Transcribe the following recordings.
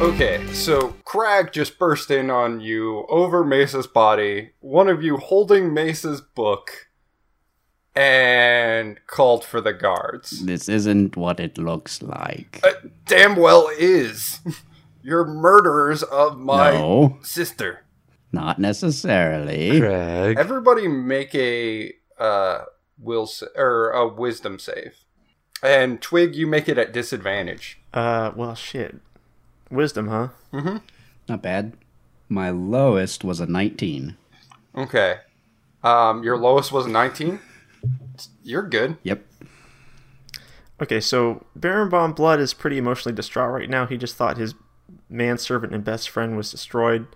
Okay, so Crag just burst in on you over Mesa's body, one of you holding Mesa's book, and called for the guards. This isn't what it looks like. Uh, damn well is. You're murderers of my No. sister. Not necessarily. Craig. Everybody make a uh, will sa- or a wisdom save. And Twig, you make it at disadvantage. Uh, well, shit. Wisdom, huh? Not bad. My lowest was a 19. Okay. Um, your lowest was 19. You're good. Yep. Okay, so Baron Von Blood is pretty emotionally distraught right now. He just thought his manservant and best friend was destroyed.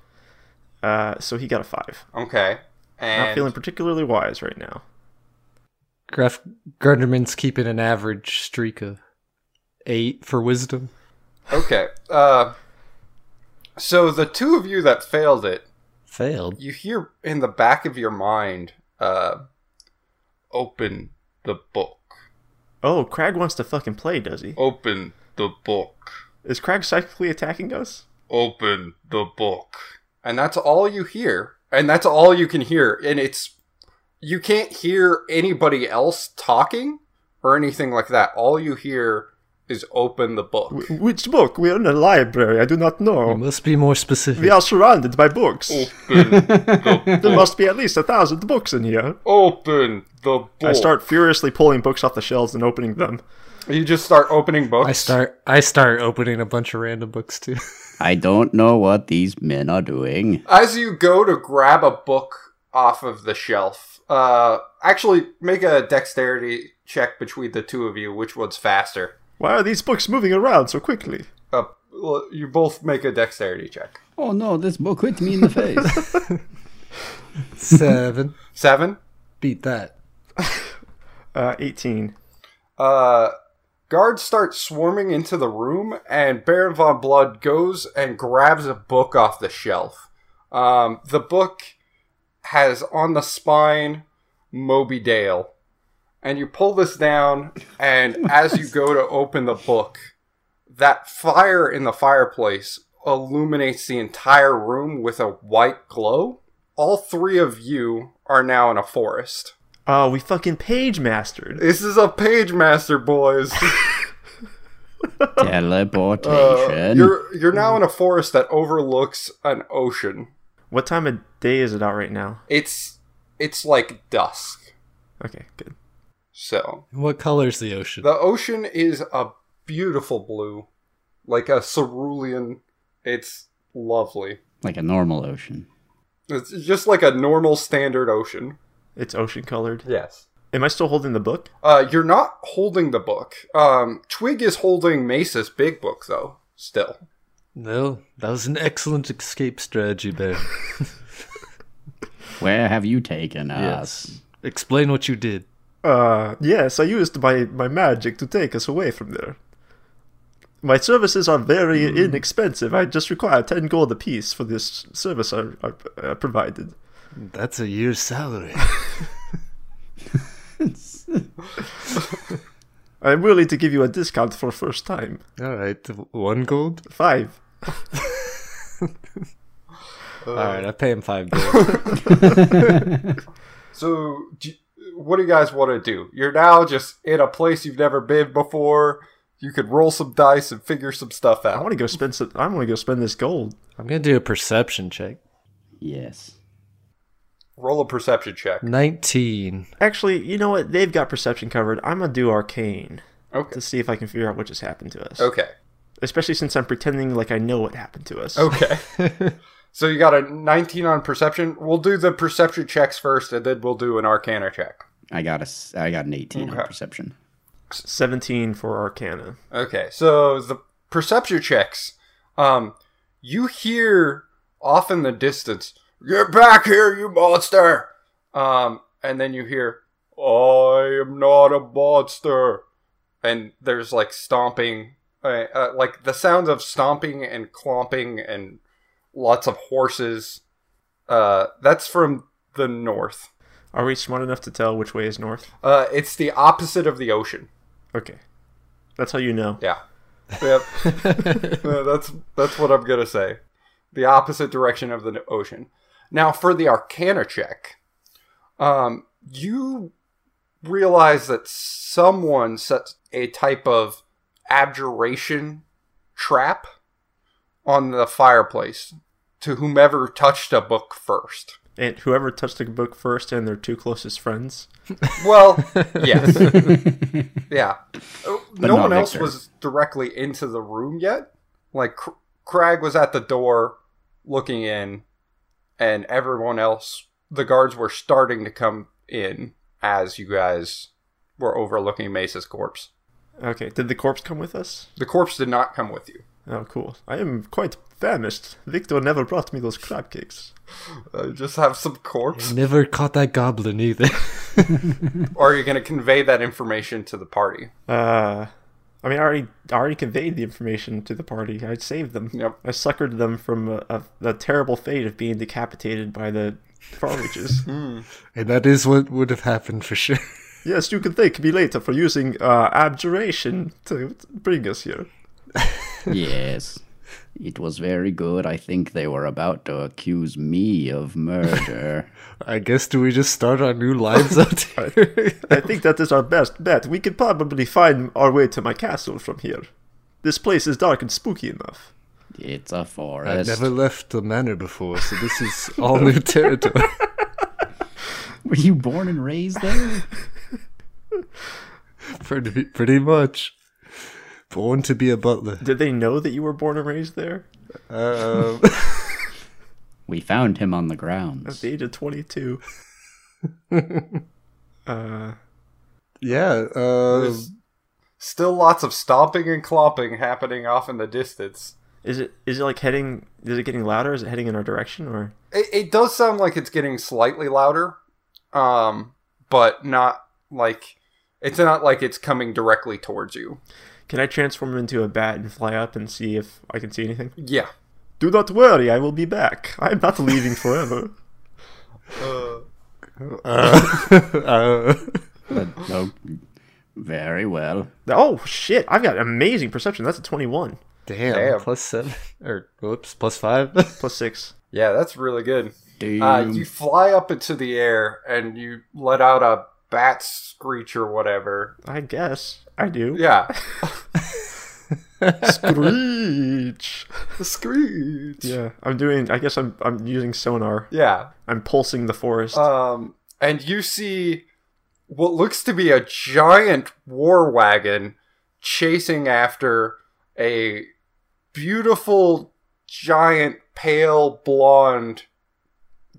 Uh, so he got a five. Okay. And Not feeling particularly wise right now. Graf Garderman's keeping an average streak of eight for wisdom. Okay. Uh, so the two of you that failed it, Failed. you hear in the back of your mind, uh, open the book. Oh, Crag wants to fucking play, does he? Open the book. Is Crag psychically attacking us? Open the book. And that's all you hear. And that's all you can hear. And it's. You can't hear anybody else talking or anything like that. All you hear is open the book. Wh- which book? We're in a library. I do not You know. must be more specific. We are surrounded by books. Open the There must be at least a thousand books in here. Open the book. I start furiously pulling books off the shelves and opening them. You just start opening books. I start. I start opening a bunch of random books too. I don't know what these men are doing. As you go to grab a book off of the shelf, uh, actually make a dexterity check between the two of you, which one's faster. Why are these books moving around so quickly? Uh, well, you both make a dexterity check. Oh no, this book hit me in the face. Seven. Seven. Beat that. Uh, 18. Uh, guards start swarming into the room, and Baron von Blood goes and grabs a book off the shelf. Um, the book has on the spine Moby Dale, and you pull this down, and as you go to open the book, that fire in the fireplace illuminates the entire room with a white glow. All three of you are now in a forest. Oh, we fucking page mastered. This is a page master, boys. Teleportation. Uh, you're you're now in a forest that overlooks an ocean. What time of day is it out right now? It's it's like dusk. Okay, good. So What color's the ocean? the ocean is a beautiful blue, like a cerulean. It's lovely. like a normal ocean. It's just like a normal standard ocean. It's ocean colored. Yes. Am I still holding the book? Uh, you're not holding the book. Um, Twig is holding Mesa's big book though. Still. No, that was an excellent escape strategy, Bear. Where have you taken us? yes. Explain what you did. Uh, yes, I used my, my magic to take us away from there. My services are very Hmm. inexpensive. I just require 10 gold apiece for this service I, I uh, provided. That's a year's salary. I am willing to give you a discount for first time. All right, one gold. Five. All right, I pay him five gold. So, do, what do you guys want to do? You're now just in a place you've never been before. You could roll some dice and figure some stuff I out. want to go spend some. I want to go spend this gold. I'm gonna do a perception check. Yes. Roll a perception check. Nineteen. Actually, you know what? They've got perception covered. I'm gonna do arcane Okay. to see if I can figure out what just happened to us. Okay. especially since I'm pretending like I know what happened to us. Okay. so you got a 19 on perception. We'll do the perception checks first, and then we'll do an arcana check. I got a s- I got an 18 on Okay. perception. 17 for Arcana. Okay, so the perception checks. Um, you hear off in the distance, "Get back here, you monster!" Um, and then you hear, "I am not a monster," and there's like stomping, uh, uh, like the sounds of stomping and clomping and lots of horses. Uh, that's from the north. Are we smart enough to tell which way is north? Uh, it's the opposite of the ocean. Okay. That's how you know. Yeah. Yep. Uh, that's that's what I'm gonna say. The opposite direction of the ocean. Now for the Arcana check, um, you realize that someone set a type of abjuration trap on the fireplace to whomever touched a book first. And whoever touched the book first and their two closest friends. Well, yes, yeah. Uh, no not one else Victor. was directly into the room yet. Like Cr- Crag was at the door, looking in, and everyone else, the guards were starting to come in as you guys were overlooking Mesa's corpse. Okay, did the corpse come with us? The corpse did not come with you. Oh, cool. I am quite famished. Victor never brought me those crab cakes. Uh, just have some corpse. Never caught that goblin either. or are you going to convey that information to the party? Uh, I mean, I already, I already conveyed the information to the party. I saved them. Yep. I succored them from a, a, the terrible fate of being decapitated by the far reaches. and that is what would have happened for sure. yes, you can thank me later for using uh, abjuration to bring us here. yes. It was very good. I think they were about to accuse me of murder. I guess do we just start our new lives out here? I think that is our best bet. We could probably find our way to my castle from here. This place is dark and spooky enough. it's a I've forest. never left the manor before, so this is all new territory. Were you born and raised there? pretty, pretty much. Born to be a butler. Did they know that you were born and raised there? Um, we found him on the grounds. At the age of 22. uh, yeah. Uh, There's still lots of stomping and clomping happening off in the distance. is it is it like heading? Is it getting louder? Is it heading in our direction? Or It, it does sound like it's getting slightly louder, um, but not like it's not like it's coming directly towards you. can I transform into a bat and fly up and see if I can see anything? Yeah. Do not worry, I will be back. I'm not leaving forever. uh, But, oh, very well. oh shit! I've got amazing perception. That's a 21 damn, Damn. Plus seven. Or, whoops, plus five. plus six. Yeah, that's really good. Damn. Uh, you fly up into the air and you let out a bat screech or whatever. I guess I do. Yeah. Screech. screech. Yeah, I'm doing. I guess I'm I'm using sonar. Yeah. I'm pulsing the forest. Um, and you see what looks to be a giant war wagon chasing after a beautiful, giant, pale, blonde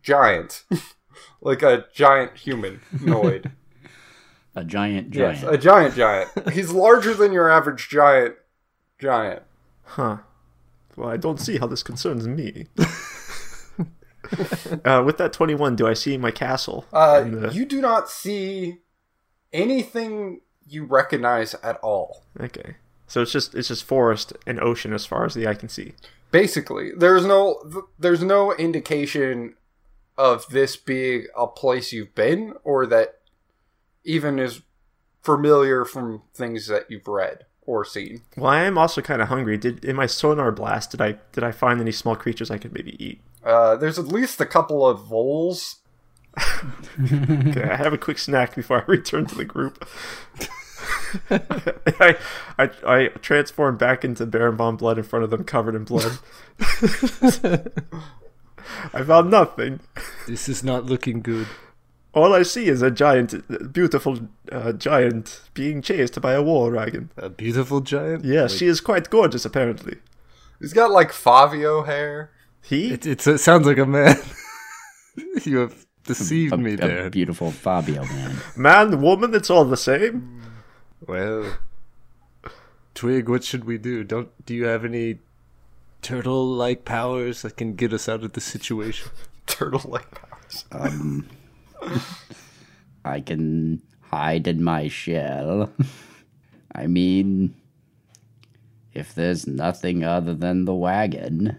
giant. like a giant humanoid. a giant giant. yes, a giant giant. He's larger than your average giant giant. huh. Well, I don't see how this concerns me. uh, with that 21, do I see my castle? Uh, And, uh, you do not see anything you recognize at all. Okay. So it's just it's just forest and ocean as far as the eye can see. basically there's no th- there's no indication of this being a place you've been or that even is familiar from things that you've read or seen Well, I am also kind of hungry. Did in my sonar blast did I did I find any small creatures I could maybe eat? uh, there's at least a couple of voles Okay, I have a quick snack before I return to the group. I, I I transform back into Baron von Blood in front of them, covered in blood. I found nothing. this is not looking good. All I see is a giant, beautiful uh, giant being chased by a war dragon. A beautiful giant. Yeah, she is quite gorgeous, apparently. He's got like Fabio hair. He? It, it's, it sounds like a man. you have deceived a, me a there. beautiful Fabio man. Man, woman, it's all the same. Well, Twig, what should we do? Don't do you have any turtle-like powers that can get us out of this situation? Turtle like powers. Um, I can hide in my shell. I mean, if there's nothing other than the wagon,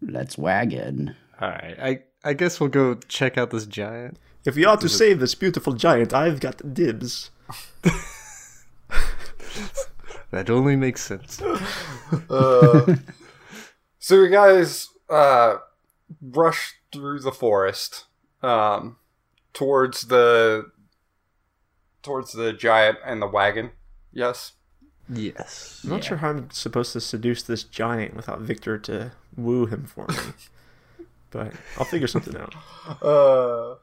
let's wagon. All right, I I guess we'll go check out this giant. If we are to save this beautiful giant, I've got dibs. That only makes sense. Uh, so you guys uh, rush through the forest um, towards the towards the giant and the wagon. Yes. Yes. I'm not sure how I'm supposed to seduce this giant without Victor to woo him for me. but I'll figure something out. Uh,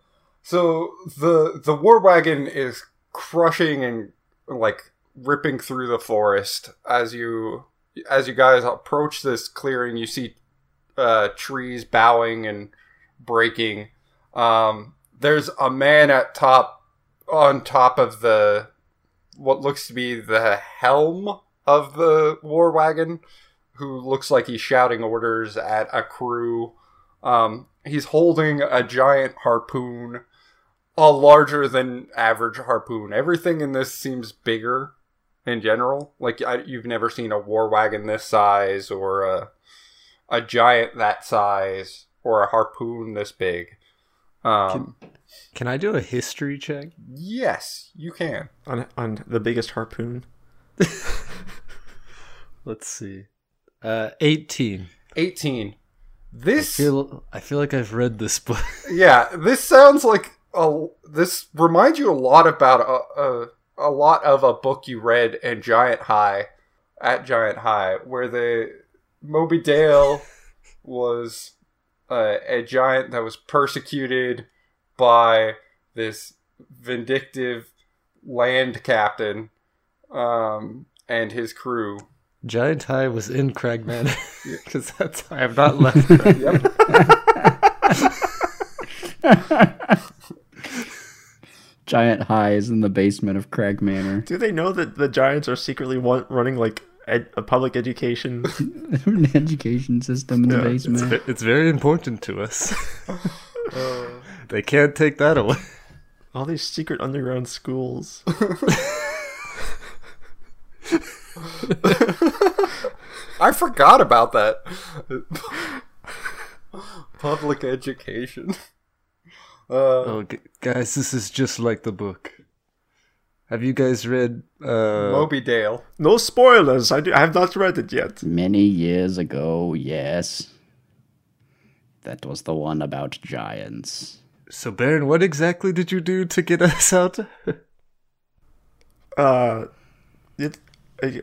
so the the war wagon is crushing and like ripping through the forest as you as you guys approach this clearing you see uh, trees bowing and breaking um, there's a man at top on top of the what looks to be the helm of the war wagon who looks like he's shouting orders at a crew um, he's holding a giant harpoon, a larger than average harpoon. Everything in this seems bigger in general. Like I, you've never seen a war wagon this size, or a a giant that size, or a harpoon this big. Um, Can I do a history check? yes, you can. On, on the biggest harpoon. Let's see. Uh, eighteen. Eighteen. I This feel I feel like I've read this book. yeah this sounds like a this reminds you a lot about a, a a lot of a book you read in giant high at giant high where the moby dale was uh, a giant that was persecuted by this vindictive land captain um, and his crew Giant High was in Cragman because that's I have not left. that. yep Giant High is in the basement of Crag Manor. Do they know that the giants are secretly wa- running like ed- a public education? An education system in the It's, basement. ve- it's very important to us. they can't take that away. All these secret underground schools. i forgot about that public education uh, Oh, g- guys, this is just like the book. Have you guys read? Uh, Moby Dale. No spoilers. I, do, I have not read it yet. Many years ago, yes. That was the one about giants. so, Baron, what exactly did you do to get us out? Uh, it. I,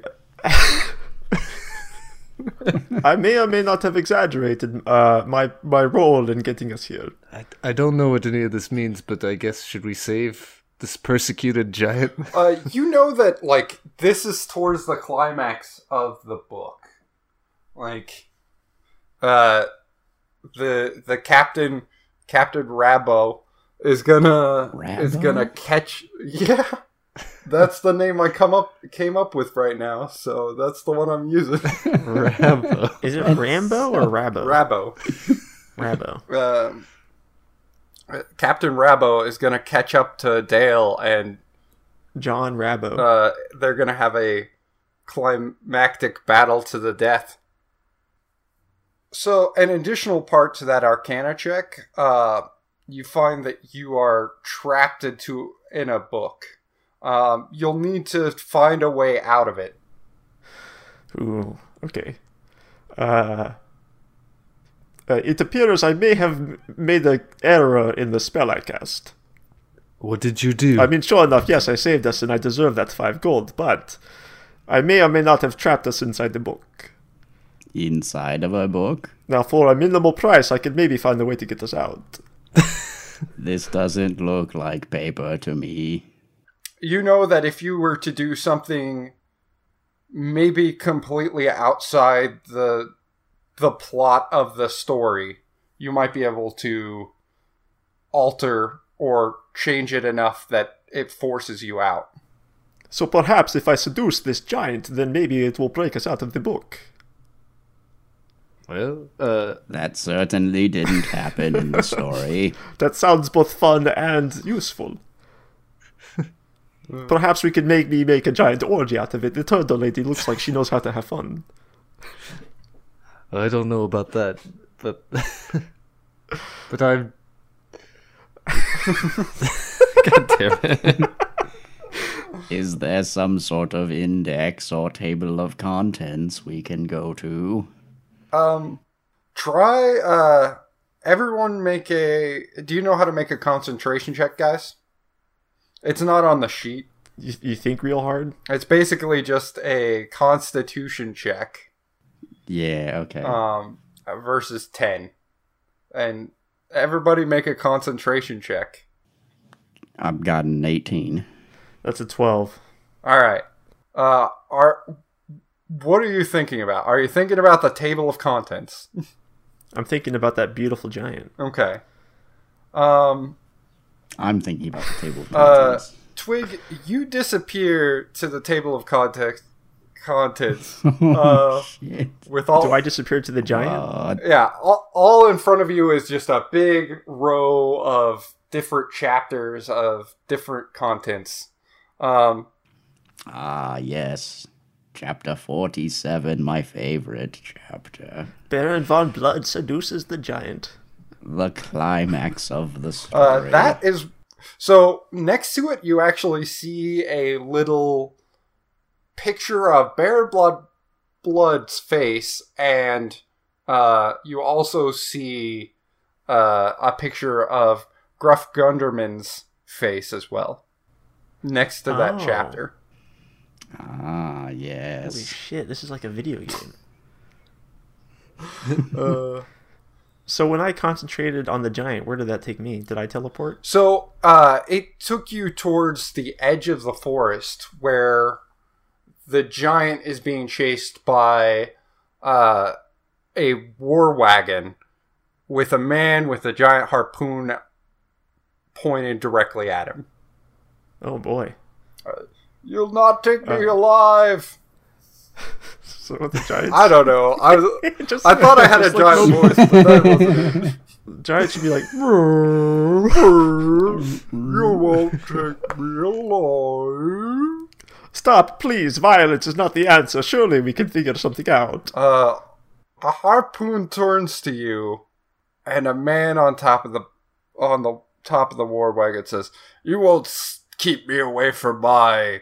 I may or may not have exaggerated uh, my my role in getting us here. I, I don't know what any of this means, but I guess should we save this persecuted giant? Uh, you know that like this is towards the climax of the book. Like, uh, the the captain Captain Rabbo is gonna is Rabbo? gonna catch. Yeah, that's the name I come up came up with right now. So that's the one I'm using. Rambo. Is it Rambo or Rabbo? Rabbo. Rabbo. um, Captain Rabbo is gonna catch up to Dale and John Rabbo. uh, they're gonna have a climactic battle to the death. So, an additional part to that Arcana check, uh, you find that you are trapped into in a book. Um, you'll need to find a way out of it. Ooh, okay. Uh, uh, it appears I may have m- made an error in the spell I cast. What did you do? I mean, sure enough, yes, I saved us and I deserve that five gold, but I may or may not have trapped us inside the book. Inside of a book? Now, for a minimal price, I could maybe find a way to get us out. This doesn't look like paper to me. you know that if you were to do something maybe completely outside the the plot of the story you might be able to alter or change it enough that it forces you out So perhaps if I seduce this giant, then maybe it will break us out of the book. Well, uh, That certainly didn't happen in the story. That sounds both fun and useful. Perhaps we could make me make a giant orgy out of it. The turtle lady looks like she knows how to have fun. I don't know about that, but but I'm. God damn it! Is there some sort of index or table of contents we can go to? um try uh everyone make a do you know how to make a concentration check guys it's not on the sheet You, you think real hard? it's basically just a constitution check Yeah, okay. um, versus 10. And everybody make a concentration check. I've got an 18. That's a 12. All right. Uh, are what are you thinking about? Are you thinking about the table of contents? I'm thinking about that beautiful giant. okay. Um, I'm thinking about the table of uh, contents. Twig, you disappear to the table of context contents uh, Shit. with all Do I disappear to the giant? Uh, God. yeah all, all in front of you is just a big row of different chapters of different contents um Ah, yes. Chapter 47, my favorite chapter. Baron von Blood seduces the giant. The climax of the uh, story. that is so next to it you actually see a little picture of bear blood blood's face and uh you also see uh a picture of gruff gunderman's face as well next to that Oh. chapter Ah, Holy yes. shit, this is like a video game. Uh, so when I concentrated on the giant, where did that take me? Did I teleport? So uh, it took you towards the edge of the forest where the giant is being chased by uh, a war wagon with a man with a giant harpoon pointed directly at him. Oh boy. You'll not take me Uh. alive. So the giant. I don't know. I, was- Just- I thought I had a just like giant no- voice, but that wasn't it. giant should be like, You won't take me alive. stop, please. Violence is not the answer. Surely we can figure something out. Uh, a harpoon turns to you, and a man on top of the on the top of the war wagon says, "You won't s- keep me away from my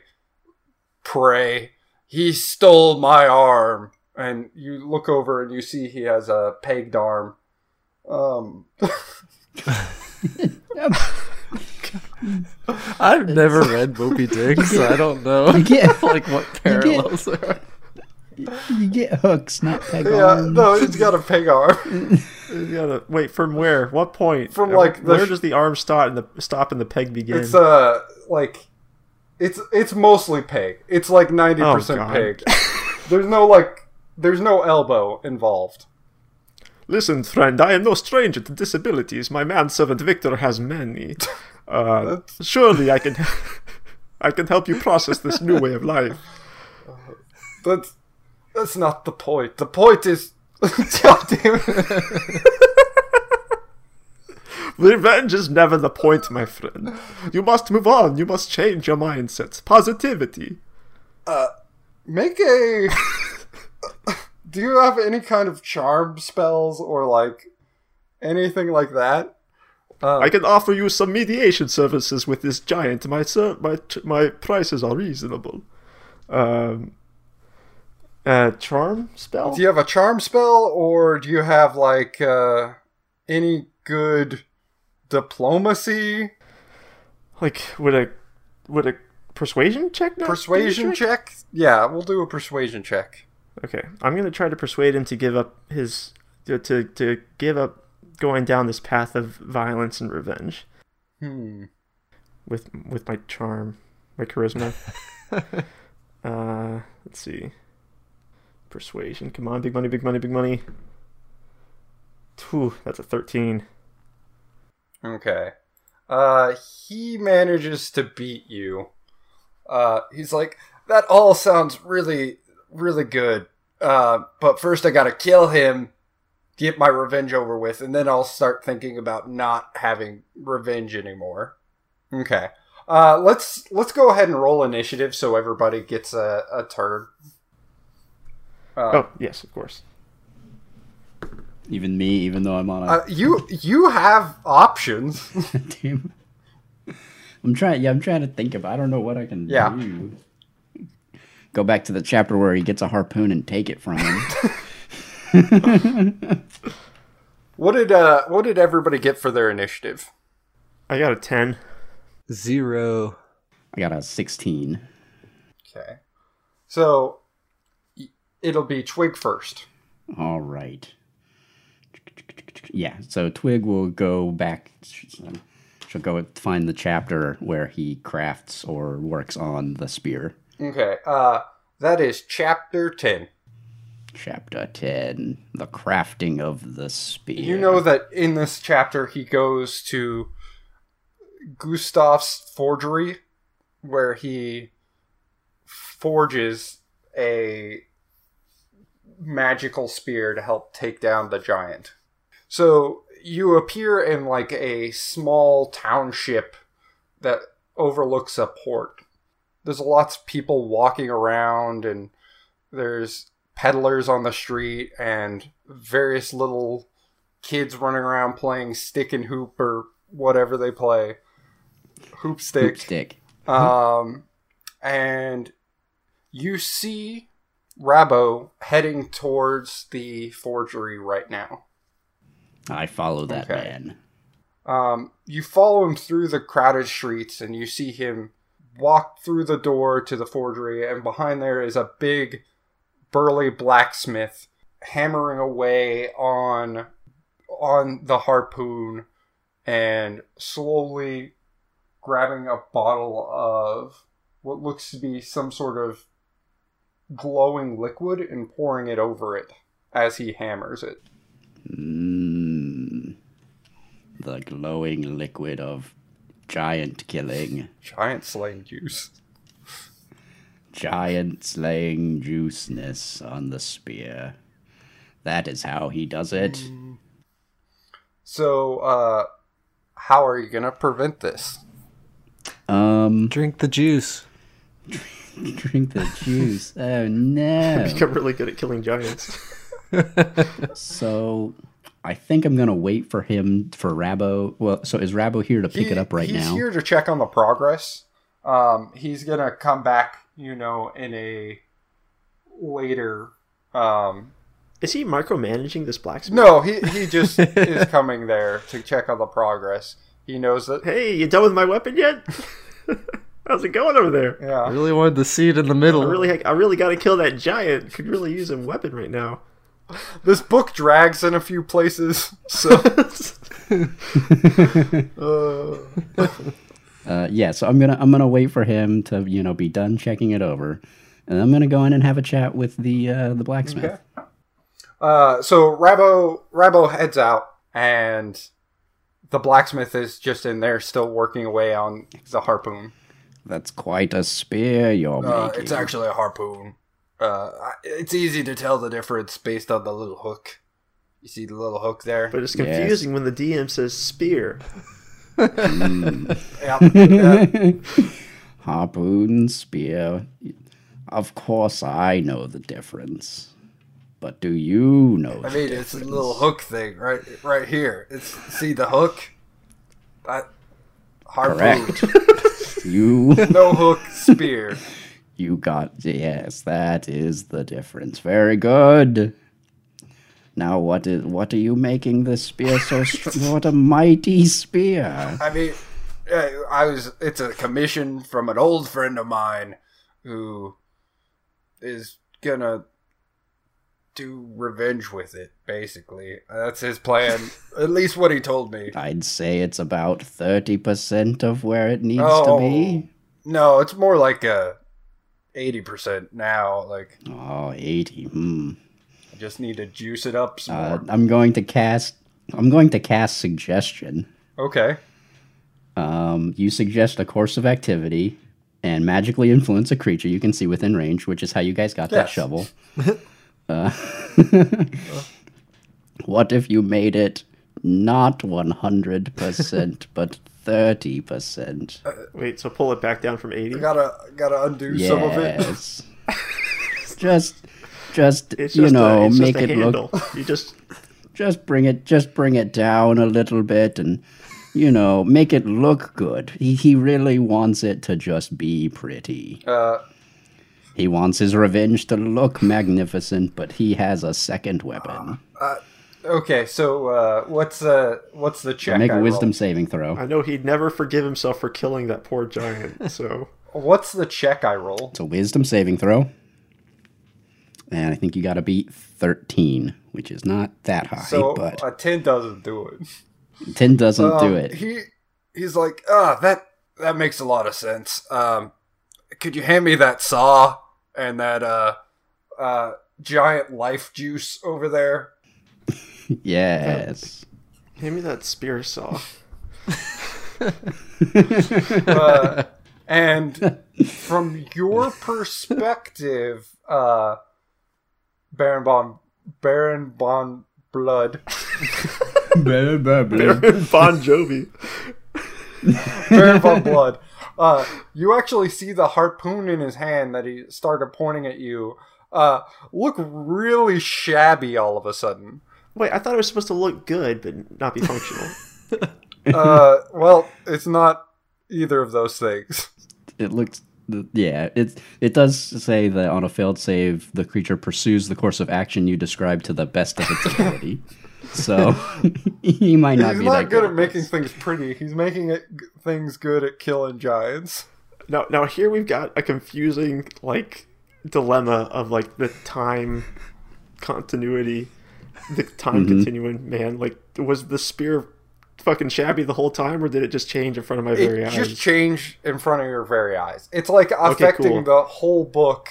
prey. He stole my arm." And you look over and you see he has a pegged arm. Um, I've never read Moby Dick, so I don't know get- like what parallels there are. You get hooks, not peg yeah, no, he's got a peg arm. You gotta- wait, from where? What point? From, like, the where sh- does the arm start and the stop and the peg begin? It's uh like, it's it's mostly peg. It's like ninety Oh, percent God. peg. There's no like, there's no elbow involved. Listen, friend, I am no stranger to disabilities. My manservant Victor has many. Uh, surely I can, I can help you process this new way of life. That's that's not the point. The point is, God damn it. Revenge is never the point, my friend. You must move on. You must change your mindset. Positivity. make a. Do you have any kind of charm spells or like anything like that? I can offer you some mediation services with this giant. My ser- my my prices are reasonable. Um, uh, charm spell. Do you have a charm spell or do you have like uh, any good diplomacy, Like would a would a persuasion check? not do the persuasion trick? check? Yeah, we'll do a persuasion check. Okay, I'm gonna try to persuade him to give up his to to, to give up going down this path of violence and revenge. Hmm. with with my charm, my charisma. uh, let's see. Persuasion. Come on, big money, big money, big money. Phew, that's a thirteen. Okay. Uh, he manages to beat you. Uh, he's like, that all sounds really, really good. Uh, but first I gotta kill him, get my revenge over with, and then I'll start thinking about not having revenge anymore. Okay. Uh, let's let's go ahead and roll initiative so everybody gets a, a turn. Oh yes, of course. Even me, even though I'm on a Uh, you you have options. Damn. I'm trying. Yeah, I'm trying to think of. I don't know what I can Yeah. do. Go back to the chapter where he gets a harpoon and take it from him. What did uh what did everybody get for their initiative? I got a ten. Zero. I got a 16. Okay. So y- it'll be Twig first. All right. Yeah. So Twig will go back. She'll go find the chapter where he crafts or works on the spear. Okay. Uh that is chapter 10. Chapter 10 The Crafting of the Spear. You know that in this chapter he goes to Gustav's forgery where he forges a magical spear to help take down the giant. So you appear in like a small township that overlooks a port. There's lots of people walking around and there's peddlers on the street and various little kids running around playing stick and hoop or whatever they play. Hoop stick. Hoop stick. Mm-hmm. Um, and you see Rabo heading towards the forgery right now. I follow that Okay. man. Um, you follow him through the crowded streets and you see him walk through the door to the forgery, and behind there is a big, burly blacksmith hammering away on on the harpoon and slowly grabbing a bottle of what looks to be some sort of glowing liquid and pouring it over it as he hammers it. Mm, the glowing liquid of giant killing, Giant slaying juice. giant slaying juiceness on the spear. That is how he does it. So, uh, how are you going to prevent this? Um, Drink the juice. drink the juice. Oh no! Become really good at killing giants. So, I think I'm gonna wait for him for Rabo. Well, so is Rabo here to pick it He- up right he's now? here to check on the progress. Um, he's going to come back, you know, in a later. Um, Is he micromanaging this blacksmith? no, he, he just is coming there to check on the progress. He knows that. Hey, you done with my weapon yet? How's it going over there? I Yeah. really wanted the seed in the middle. I really, I really gotta kill that giant. Could really use a weapon right now. This book drags in a few places, so. Uh, yeah. So I'm gonna I'm gonna wait for him to you know be done checking it over, and I'm gonna go in and have a chat with the uh, the blacksmith. Okay. Uh, so Rabo Rabo heads out, and the blacksmith is just in there, still working away on the harpoon. That's quite a spear you're Uh, making. it's actually a harpoon. Uh, I- it's easy to tell the difference based on the little hook. You see the little hook there? But it's Yes. confusing when the DM says spear. Yeah. yeah. Harpoon, spear. Of course, I know the difference. But do you know I the mean, it's difference? a little hook thing right right here. It's see the hook? That harpoon. Correct. you, No hook, spear. you got. Yes, that is the difference. Very good. Now, what is? What are you making this spear so strong? what a mighty spear! I mean, uh, I was. It's a commission from an old friend of mine who is gonna do revenge with it, basically. That's his plan. At least what he told me. I'd say it's about 30% of where it needs Oh. to be. No, it's more like a 80% now. Like, Oh, 80. Hmm. I just need to juice it up some Uh, I'm going to cast. I'm going to cast suggestion. more. Okay. Um, you suggest a course of activity and magically influence a creature you can see within range, which is how you guys got that Yes. shovel. Uh, what if you made it not 100%, but 30%? Wait, so pull it back down from 80? Gotta, gotta undo yes. some of it. just, just, It's just you know, a, it's make just a it look handle. You just just bring it just bring it down a little bit and you know make it look good he, he really wants it to just be pretty Uh, he wants his revenge to look magnificent but he has a second Ah, weapon okay, so uh, what's uh, what's the check? make a I wisdom roll? saving throw I know he'd never forgive himself for killing that poor giant. So What's the check I roll? it's a wisdom saving throw and i think you got to beat 13 which is not that high So but a ten doesn't do it. 10 doesn't Um, do it He he's like, ah, that that makes a lot of sense. Um, could you hand me that saw and that uh, uh, giant life juice over there? yes hand me that spear saw. Uh, and from your perspective, uh, Baron Bon Baron Bon Blood bon Jovi. Baron Von Blood. Uh, you actually see the harpoon in his hand that he started pointing at you uh, look really shabby all of a sudden. Wait, I thought it was supposed to look good but not be functional. Uh, well, it's not either of those things. it looks yeah it it does say that on a failed save the creature pursues the course of action you describe to the best of its ability so he might not He's be not that good at making this. things pretty. He's making it, g- things good at killing giants. Now, now here we've got a confusing like dilemma of like the time continuity, the time Mm-hmm. continuum. Man, like was the spear fucking shabby the whole time, or did it just change in front of my very it eyes? just changed in front of your very eyes. It's like affecting cool. the whole book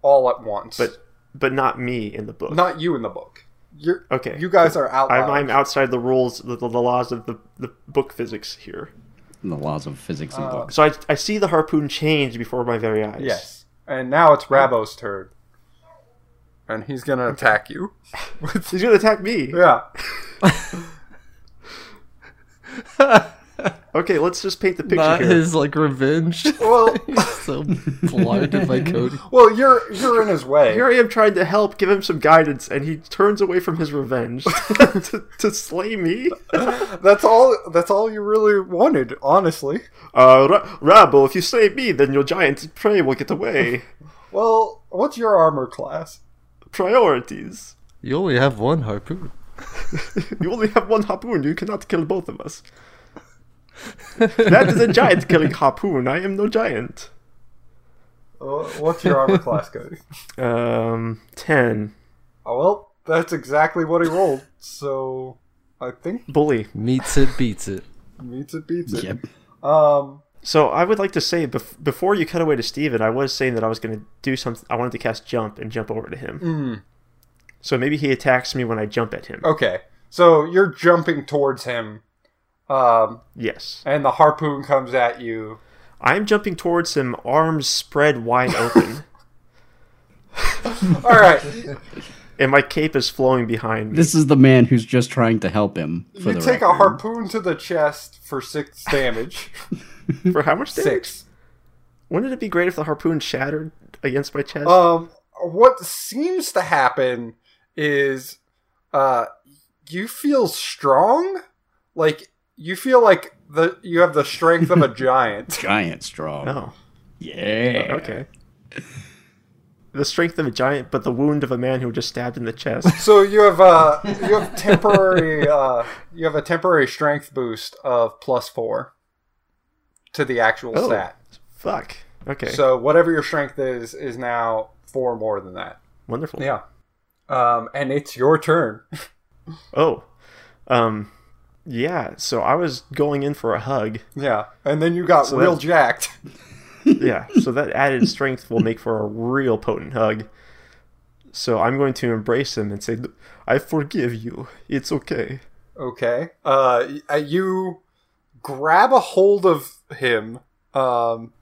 all at once. But but not me in the book. not you in the book. You're, Okay. You guys are out. I'm, loud. I'm outside the rules, the, the laws of the, the book physics here. the laws of physics and books So I, I see the harpoon change before my very eyes. Yes. And now it's Rabo's turn. And he's gonna attack you. He's gonna attack me. yeah. Okay, let's just paint the picture Not here. his like revenge. Well He's so blinded by Cody. well you're you're in his way. Here I am trying to help, give him some guidance, and he turns away from his revenge to, to slay me. Uh, That's all that's all you really wanted, honestly. Uh, Ra- Rabble, if you slay me, then your giant prey will get away. Well, what's your armor class? Priorities. You only have one harpoon. You only have one harpoon. You cannot kill both of us. That is a giant killing harpoon. I am no giant. Uh, What's your armor class, Cody? Um, ten. Oh, well, that's exactly what he rolled. So I think Bully. Meets it, beats it. meets it beats it. yep Um So I would like to say bef- before you cut away to Steven, I was saying that I was going to do something. I wanted to cast jump and jump over to him. So maybe he attacks me when I jump at him. okay. So you're jumping towards him. Um Yes, and the harpoon comes at you. I'm jumping towards him, arms spread wide open, Alright. and my cape is flowing behind me. this is the man who's just trying to help him for You the take a record. harpoon to the chest for six damage. For how much damage? six. Wouldn't it be great if the harpoon shattered against my chest? Um, what seems to happen is, uh, you feel strong, like you feel like the you have the strength of a giant. giant straw no. yeah Okay. The strength of a giant, but the wound of a man who was just stabbed in the chest. So you have uh you have temporary uh you have a temporary strength boost of plus four to the actual Oh. stat. Fuck. Okay. So whatever your strength is is now four more than that. Wonderful. Yeah. Um, and it's your turn. Oh, um, yeah. So I was going in for a hug. Yeah. And then you got So real that's- jacked. Yeah. so that added strength will make for a real potent hug. So I'm going to embrace him and say, "I forgive you. It's okay." Okay. Uh, y- uh, you grab a hold of him. Um,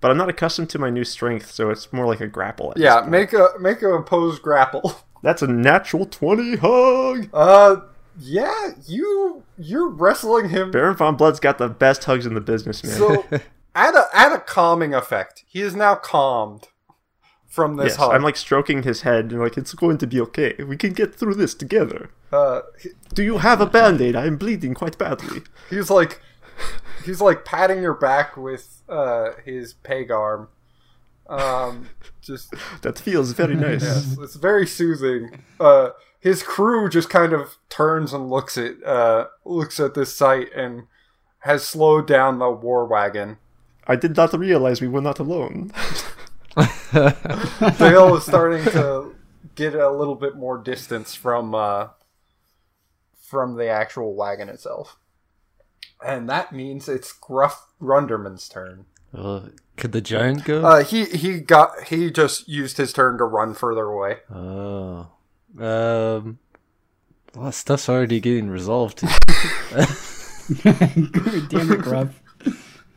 But I'm not accustomed to my new strength, so it's more like a grapple. At this yeah. point. Make a make a opposed grapple. that's a natural twenty hug. Uh, yeah. You you're wrestling him. Baron von Blood's got the best hugs in the business, man. So add a add a calming effect. He is now calmed from this yes, hug. I'm like stroking his head and like it's going to be okay. We can get through this together. uh, Do you have a band-aid? I'm bleeding quite badly. he's like he's like patting your back with uh his peg arm. Um, just That feels very nice. Yes, it's very soothing. Uh, his crew just kind of turns and looks at uh, looks at this sight and has slowed down the war wagon. I did not realize we were not alone. Dale is starting to get a little bit more distance from uh, from the actual wagon itself, and that means it's Gruff Runderman's turn. Uh, could the giant go? Uh, he he got he just used his turn to run further away. oh. Um. Well, stuff's already getting resolved. Damn it, Gruff.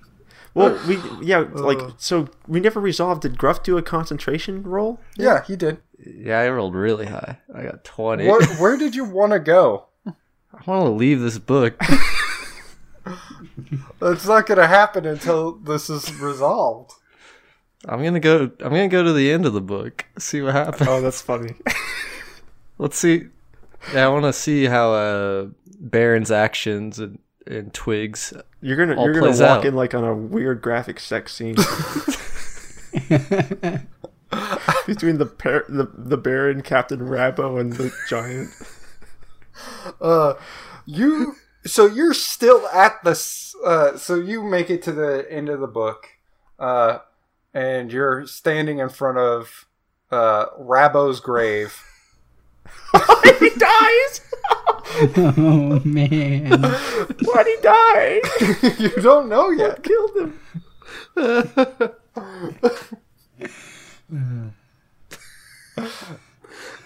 well, we yeah, like so we never resolved. Did Gruff do a concentration roll? Yeah, he did. yeah, I rolled really high. I got 20. What, where did you want to go? I want to leave this book. That's not going to happen until this is resolved. I'm gonna go. I'm gonna go to the end of the book. See what happens. Oh, that's funny. Let's see. Yeah, I want to see how uh, Baron's actions and, and Twigs. You're gonna All you're gonna plays walk out. in like on a weird graphic sex scene between the, par- the the Baron, Captain Rabo, and the giant. Uh, You so you're still at the s- uh, so you make it to the end of the book, uh, and you're standing in front of uh, Rabo's grave. he dies. oh man. Why'd he die? you don't know yet. Killed him.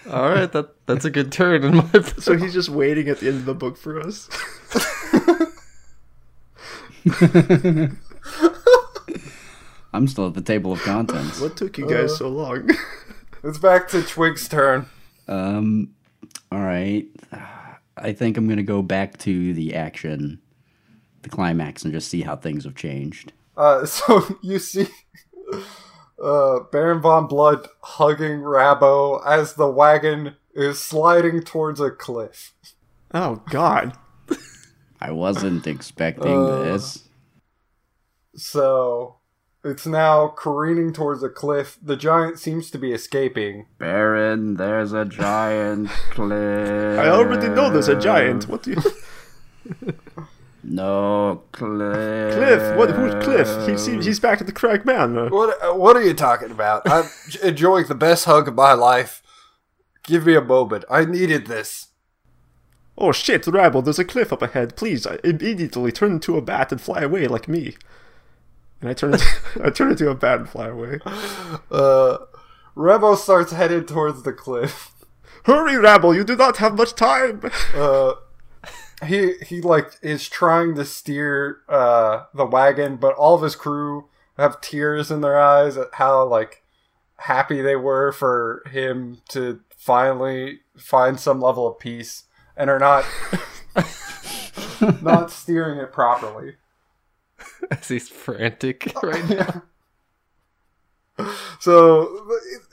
All right, that that's a good turn in my. So he's just waiting at the end of the book for us. I'm still at the table of contents. what took you guys so long? It's back to Twig's turn. Um, all right. I think I'm gonna go back to the action, the climax, and just see how things have changed. Uh, so you see uh, Baron von Blood hugging Rabo as the wagon is sliding towards a cliff. oh God. I wasn't expecting this. So it's now careening towards a cliff. The giant seems to be escaping. Baron, there's a giant cliff. I already know there's a giant. What do you, No cliff. Cliff? What? Who's Cliff? He seems he's back at the Crag Manor. What uh, What are you talking about? I'm j- enjoying the best hug of my life. Give me a moment. I needed this. Oh shit, Rabble! There's a cliff up ahead. Please, I immediately turn into a bat and fly away like me. And I turn, into, I turn into a bat and fly away. Uh, Rabo starts headed towards the cliff. Hurry, Rabble! You do not have much time. Uh, he he like is trying to steer uh the wagon, but all of his crew have tears in their eyes at how like happy they were for him to finally find some level of peace and are not not steering it properly. As he's frantic right now. So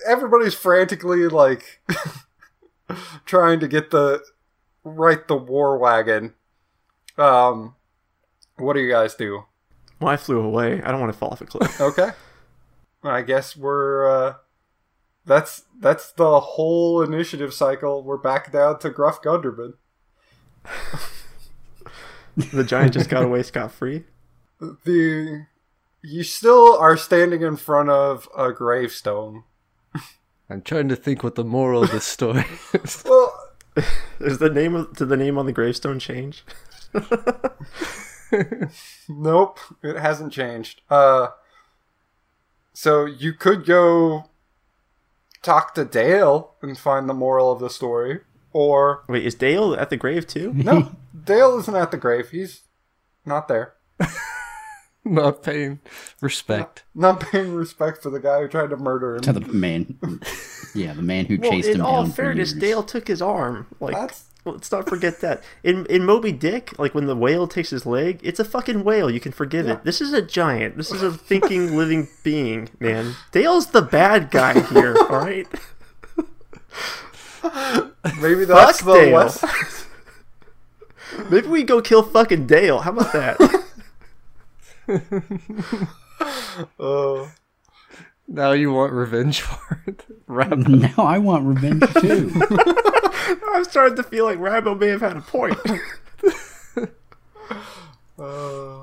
everybody's frantically like trying to get the right the war wagon. Um what do you guys do? Well, I flew away. I don't want to fall off a cliff. Okay. I guess we're uh that's that's the whole initiative cycle. We're back down to Gruff Gunderman. the giant just got away scot free. The you still are standing in front of a gravestone. I'm trying to think what the moral of the story is. Well, Is the name of, did the name on the gravestone change? Nope, it hasn't changed. Uh, so you could go talk to Dale and find the moral of the story, or Wait, is Dale at the grave too? no, Dale isn't at the grave. He's not there. Not paying respect. Not paying respect to the guy who tried to murder him. to the man. Yeah, the man who chased him in all down for fairness, years. Dale took his arm. Like, That's- let's not forget that. In in Moby Dick, like when the whale takes his leg, it's a fucking whale. You can forgive it. This is a giant. This is a thinking, living being, man. Dale's the bad guy here. all right. Maybe that's Fuck the Dale. West. Maybe we go kill fucking Dale. How about that? Uh, Now you want revenge for it. Rap. Now I want revenge too. I'm starting to feel like Rabo may have had a point. uh,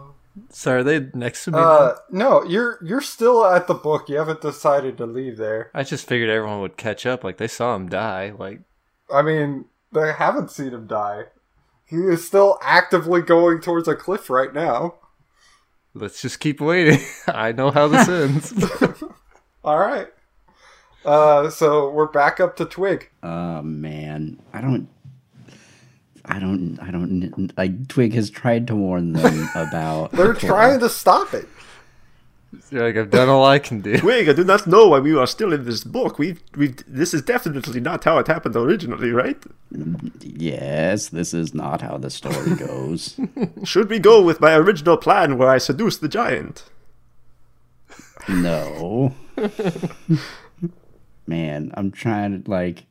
So are they next to me? now? uh, no, you're you're still at the book. You haven't decided to leave there. I just figured everyone would catch up. Like they saw him die. Like I mean, they haven't seen him die. He is still actively going towards a cliff right now. let's just keep waiting. I know how this ends. All right. Uh, so we're back up to Twig. Oh man, I don't, I don't, I don't. I Twig has tried to warn them about. They're trying to stop it. You're like I've done all I can do. Twig, I do not know why we are still in this book. We've, we've, this is definitely not how it happened originally, right? Yes, this is not how the story goes. Should we go with my original plan where I seduce the giant? no. man, I'm trying to like.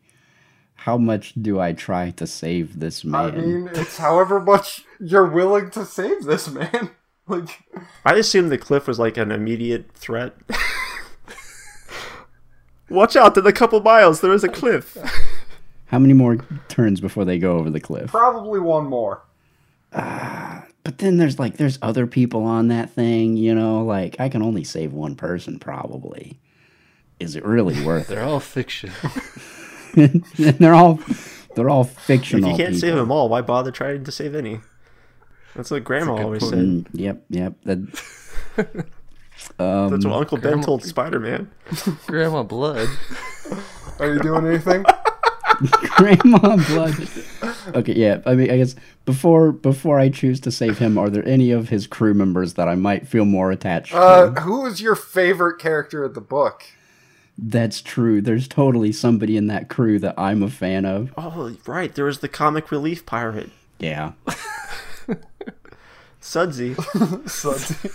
How much do I try to save this man? I mean, it's however much you're willing to save this man. Like, I assume the cliff was like an immediate threat. Watch out, in a couple miles there is a cliff. How many more turns before they go over the cliff? probably one more. But then there's like there's other people on that thing, you know, like I can only save one person probably. Is it really worth it? They're all fiction. And they're all they're all If fictional. you can't people. save them all, why bother trying to save any? That's what Grandma always said. Mm, yep, yep. That, That's what Uncle Ben told Spider Man. Grandma blood. Are you doing anything? grandma blood. Okay, yeah. I mean, I guess before before I choose to save him, are there any of his crew members that I might feel more attached Uh, to? who is your favorite character of the book? That's true. There's totally somebody in that crew that I'm a fan of. Oh, right, there was the comic relief pirate, Yeah. Sudsy. Sudsy.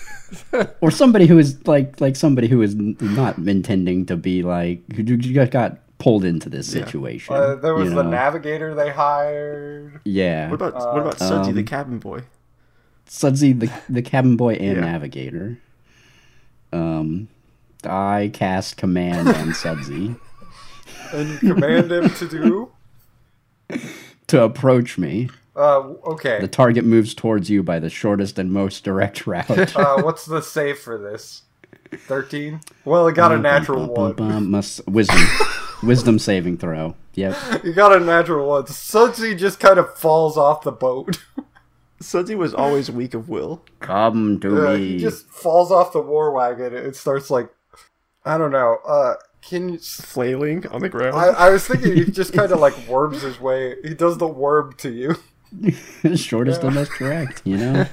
or somebody who is like like somebody who is n- not intending to be like who ju- ju- got, got pulled into this situation. Uh, there was you the know? navigator they hired. yeah. What about what about Sudsy, the cabin boy? Sudsy, the the cabin boy and Yeah. navigator. Um, I cast command on Sudsy And you command him to do. to approach me. Uh, The okay. target moves towards you by the shortest and most direct route. Uh, what's the save for this? 13? Well, he got a natural Bum, one. bum, must- wisdom, wisdom saving throw. Yep. He got a natural one. Sudsy just kind of falls off the boat. Sudsy was always weak of will. Come to Uh, me. he just falls off the war wagon and starts like I don't know. Uh can you s- flailing on the ground. I, I was thinking he just kind of like worms his way. He does the worm to you. shortest and most direct. You know.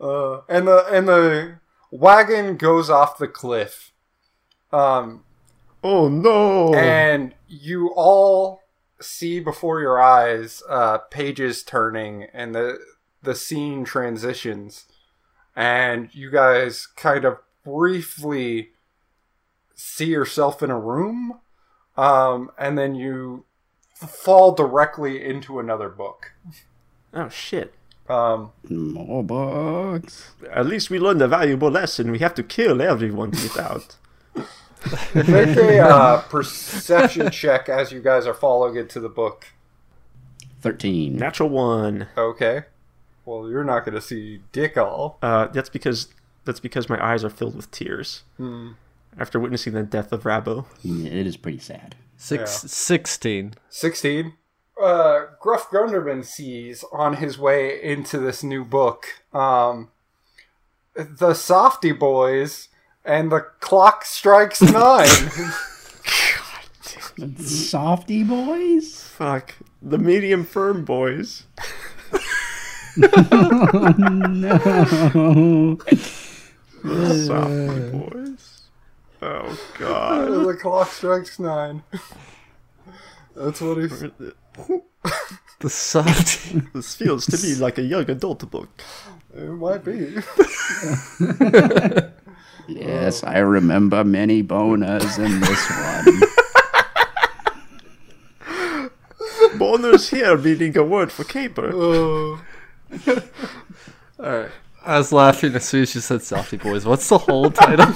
Uh and the and the wagon goes off the cliff. Um oh no! and you all see before your eyes uh, pages turning and the the scene transitions and you guys kind of briefly see yourself in a room um, and then you fall directly into another book oh shit! um, More books. At least we learned a valuable lesson. We have to kill everyone to get out. make a uh, perception check as you guys are following into the book Thirteen. Natural one. okay well you're not going to see dick all Uh, that's because that's because my eyes are filled with tears. after witnessing the death of Rabbo. It is pretty sad. Six, 16. 16. Uh, Gruff Gunderman sees on his way into this new book um, the Softy Boys and the clock strikes nine. Softy boys? Fuck. The medium firm boys. No. Oh, Softly boys. Oh god. the clock strikes nine. That's what he's. The softy. This feels to me like a young adult book. It might be. Oh. Yes, I remember many boners in this one. Boners here meaning a word for caper. Oh. Alright. I was laughing as soon as you said softy boys. What's the whole title?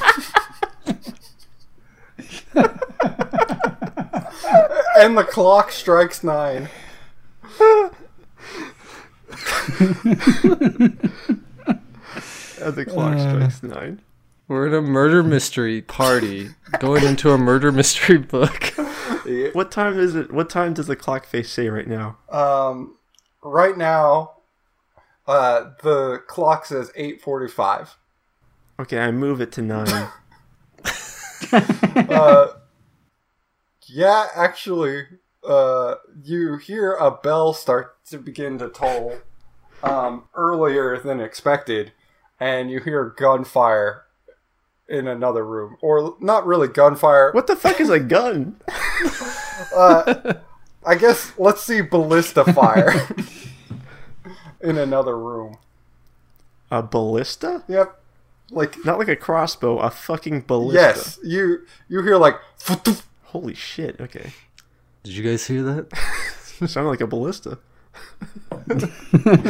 and the clock strikes nine. And the clock strikes nine. We're at a murder mystery party going into a murder mystery book. What time is it? What time does the clock face say right now? Um, right now, uh, the clock says eight forty-five. Okay, I move it to nine. Yeah, actually, uh, you hear a bell start to begin to toll um, earlier than expected, and you hear gunfire in another room, or not really gunfire. what the fuck is a gun? I guess let's see ballista fire in another room. A ballista? Yep, like Not like a crossbow, a fucking ballista. yes, you you hear like Holy shit, okay. Did you guys hear that? Sounded like a ballista.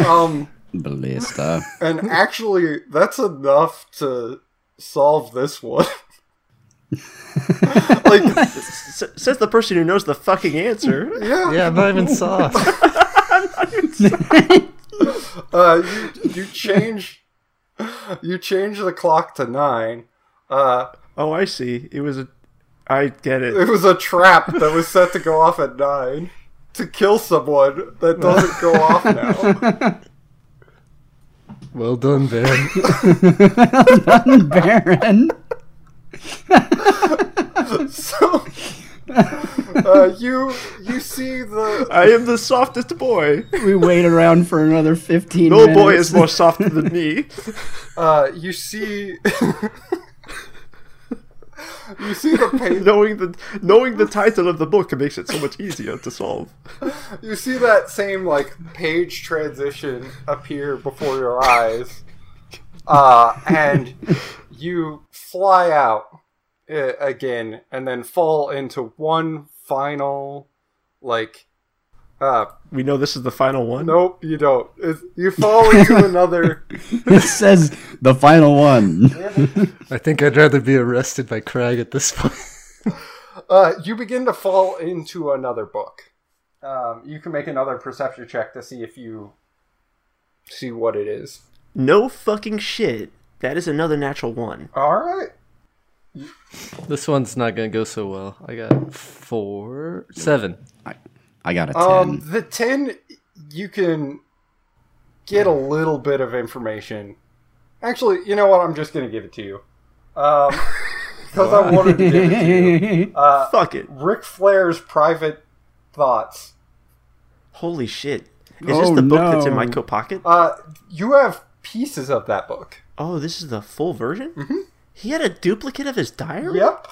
um. Ballista. And actually, that's enough to solve this one. like, S- says the person who knows the fucking answer. yeah, Yeah, I'm not even soft. Uh, you, you change, you change the clock to nine. Uh, Oh, I see. It was a. I get it it. was a trap that was set to go off at nine to kill someone that doesn't go off now. Well done, Baron. Baron. So, uh, you you see the I am the softest boy. We wait around for another 15 No minutes. boy is more soft than me. uh, you see. You see the pain knowing the knowing the title of the book makes it so much easier to solve. You see that same like page transition appear before your eyes, uh, and you fly out uh, again, and then fall into one final like. Uh, We know this is the final one. nope, you don't. It's, you fall into another. It says the final one. I think I'd rather be arrested by Craig at this point. Uh, you begin to fall into another book. Um, you can make another perception check to see if you see what it is. No fucking shit. That is another natural one. All right. This one's not gonna go so well. I got four, seven. I got a 10. Um, the ten, you can get a little bit of information. Actually, you know what? I'm just gonna give it to you, um, because I wanted to give it to you. Uh, Fuck it. Ric Flair's private thoughts. Holy shit. Is this Oh, the book that's in my no. coat pocket? Uh, you have pieces of that book. Oh, this is the full version. Mm-hmm. He had a duplicate of his diary. Yep.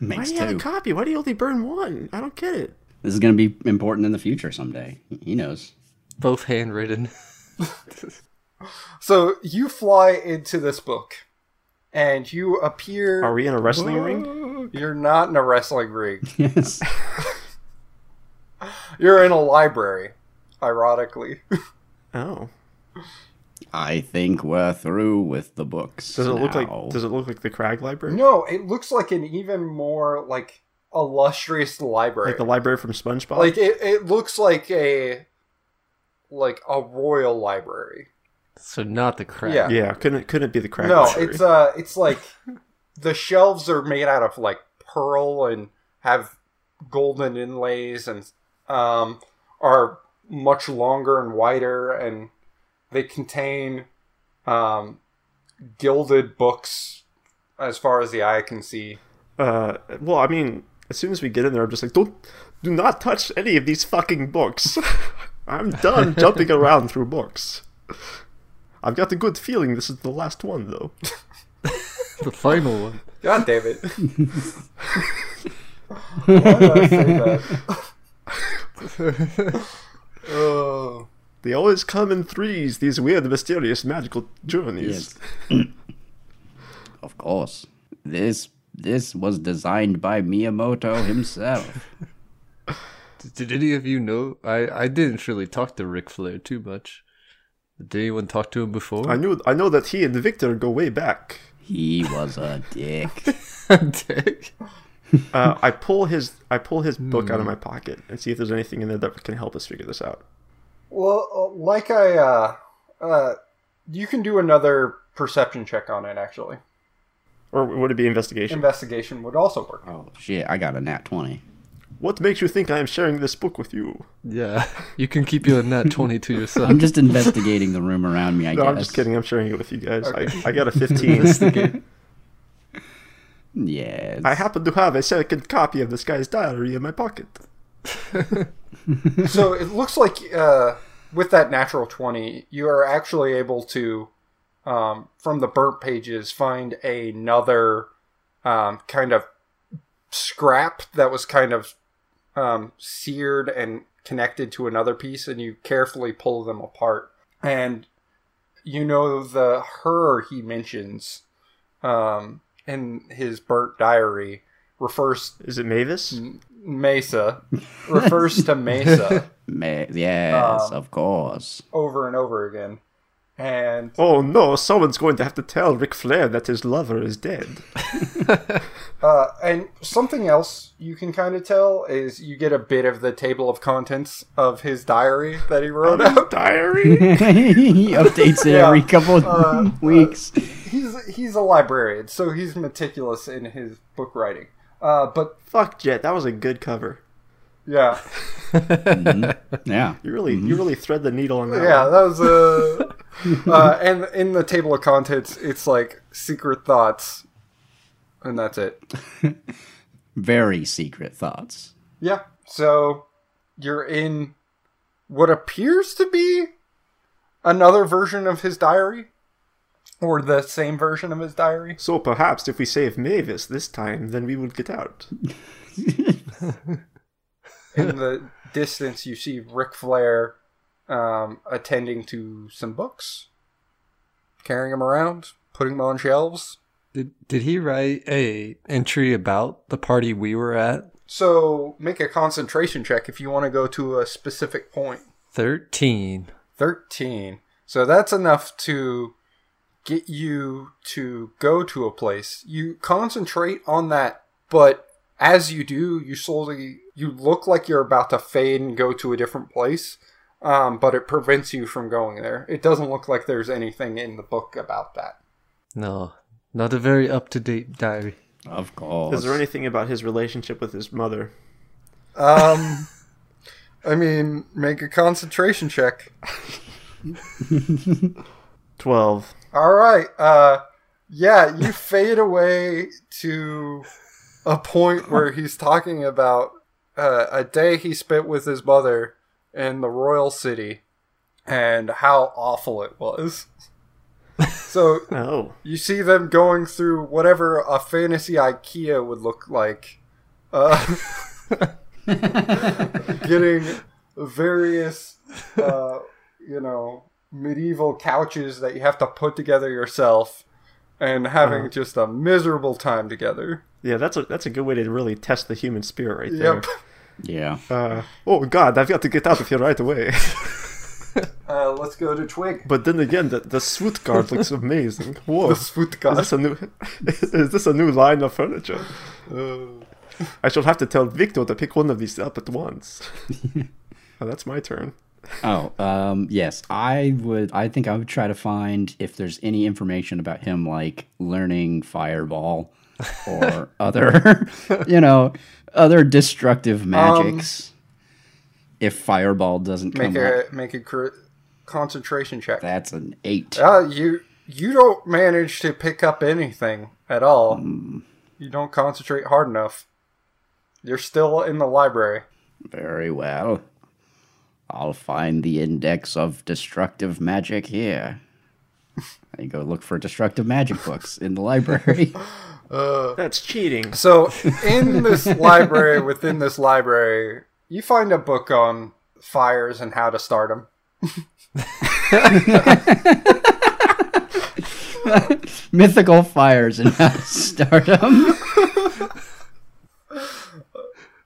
Why Makes do you have a two. copy? Why do you only burn one? I don't get it. this is going to be important in the future someday. He knows. Both handwritten. So you fly into this book, and you appear. Are we in a wrestling ring? You're not in a wrestling ring. Yes. You're in a library, ironically. Oh. I think we're through with the books. Does it look now. like Does it look like the Crag Library? No, it looks like an even more like illustrious library. Like the library from SpongeBob. Like, it, it looks like a like a royal library. So not the Craig. Yeah. yeah, couldn't couldn't it be the Crag no, Library? it's uh it's like the shelves are made out of like pearl and have golden inlays and um, are much longer and wider and they contain um, gilded books as far as the eye can see. Uh, well, I mean, as soon as we get in there, I'm just like, don't, do not touch any of these fucking books. I'm done jumping around through books. I've got a good feeling this is the last one, though. the final one. God damn it. Why did I say that? oh. They always come in threes, these weird, mysterious, magical journeys. Of course. This this was designed by Miyamoto himself. Did, did any of you know? I, I didn't really talk to Ric Flair too much. Did anyone talk to him before? I knew, I know that he and Victor go way back. he was a dick. Dick. Uh, I pull his, I pull his book out of my pocket and see if there's anything in there that can help us figure this out. Well, uh, like I, uh, uh, you can do another perception check on it, actually. Or would it be investigation? Investigation would also work. Oh shit, I got a nat twenty. What makes you think I am sharing this book with you? Yeah, you can keep your net twenty to yourself. I'm just investigating the room around me, I No, guess. I'm just kidding. I'm sharing it with you guys. I, I got a 15. Yes. I happen to have a second copy of this guy's diary in my pocket. so it looks like uh, with that natural 20 you are actually able to um, from the burnt pages find another um, kind of scrap that was kind of um, seared and connected to another piece and you carefully pull them apart and you know the her he mentions um, in his burnt diary refers Is it Mavis? mesa refers to mesa Ma- yes, Um, of course. over and over again. And Oh no, someone's going to have to tell Ric Flair that his lover is dead. uh, and something else you can kind of tell is you get a bit of the table of contents of his diary that he wrote out. diary? he updates it Yeah, every couple of uh, weeks. He's he's a librarian, so he's meticulous in his book writing. Uh, but Fuck Jet, that was a good cover. yeah, uh, yeah. You really you really thread the needle on that. yeah, one. that was a. Uh, and in the table of contents, it's like secret thoughts, and that's it. Very secret thoughts. Yeah. So you're in what appears to be another version of his diary, or the same version of his diary. So perhaps if we save Mavis this time, then we would get out. In the distance, you see Ric Flair um, attending to some books, carrying them around, putting them on shelves. did did he write a entry about the party we were at? So make a concentration check if you want to go to a specific point. Thirteen. 13. So that's enough to get you to go to a place. You concentrate on that, but as you do, you slowly you look like you're about to fade and go to a different place. Um, but it prevents you from going there. It doesn't look like there's anything in the book about that. No, not a very up to date diary. Of course. Is there anything about his relationship with his mother? Um, I mean, make a concentration check. Twelve. All right. Uh, yeah, you fade away to a point where he's talking about uh, a day he spent with his mother in the royal city and how awful it was. So Oh. you see them going through whatever a fantasy IKEA would look like, uh, getting various, uh, you know, medieval couches that you have to put together yourself, and having Uh-huh. just a miserable time together. Yeah, that's a that's a good way to really test the human spirit right there. Yep. Yeah. Uh, oh God, I've got to get out of here right away. Uh, let's go to Twig. but then again, the the swoot guard looks amazing. Whoa, The is this Svutkast. a new is this a new line of furniture? Oh. I shall have to tell Victor to pick one of these up at once. Oh, that's my turn. Oh, um, yes. I would. I think I would try to find if there's any information about him, like learning fireball or other, you know, other Um, destructive magics. if fireball doesn't Make come a up, make a cr- concentration check. that's an eight. Oh, Uh, you you don't manage to pick up anything at all. Mm. You don't concentrate hard enough. You're still in the library. Very well. I'll find the index of destructive magic here. I go look for destructive magic books in the library. That's cheating. So, in this library, within this library, you find a book on fires and how to start them. Mythical fires and how to start 'em.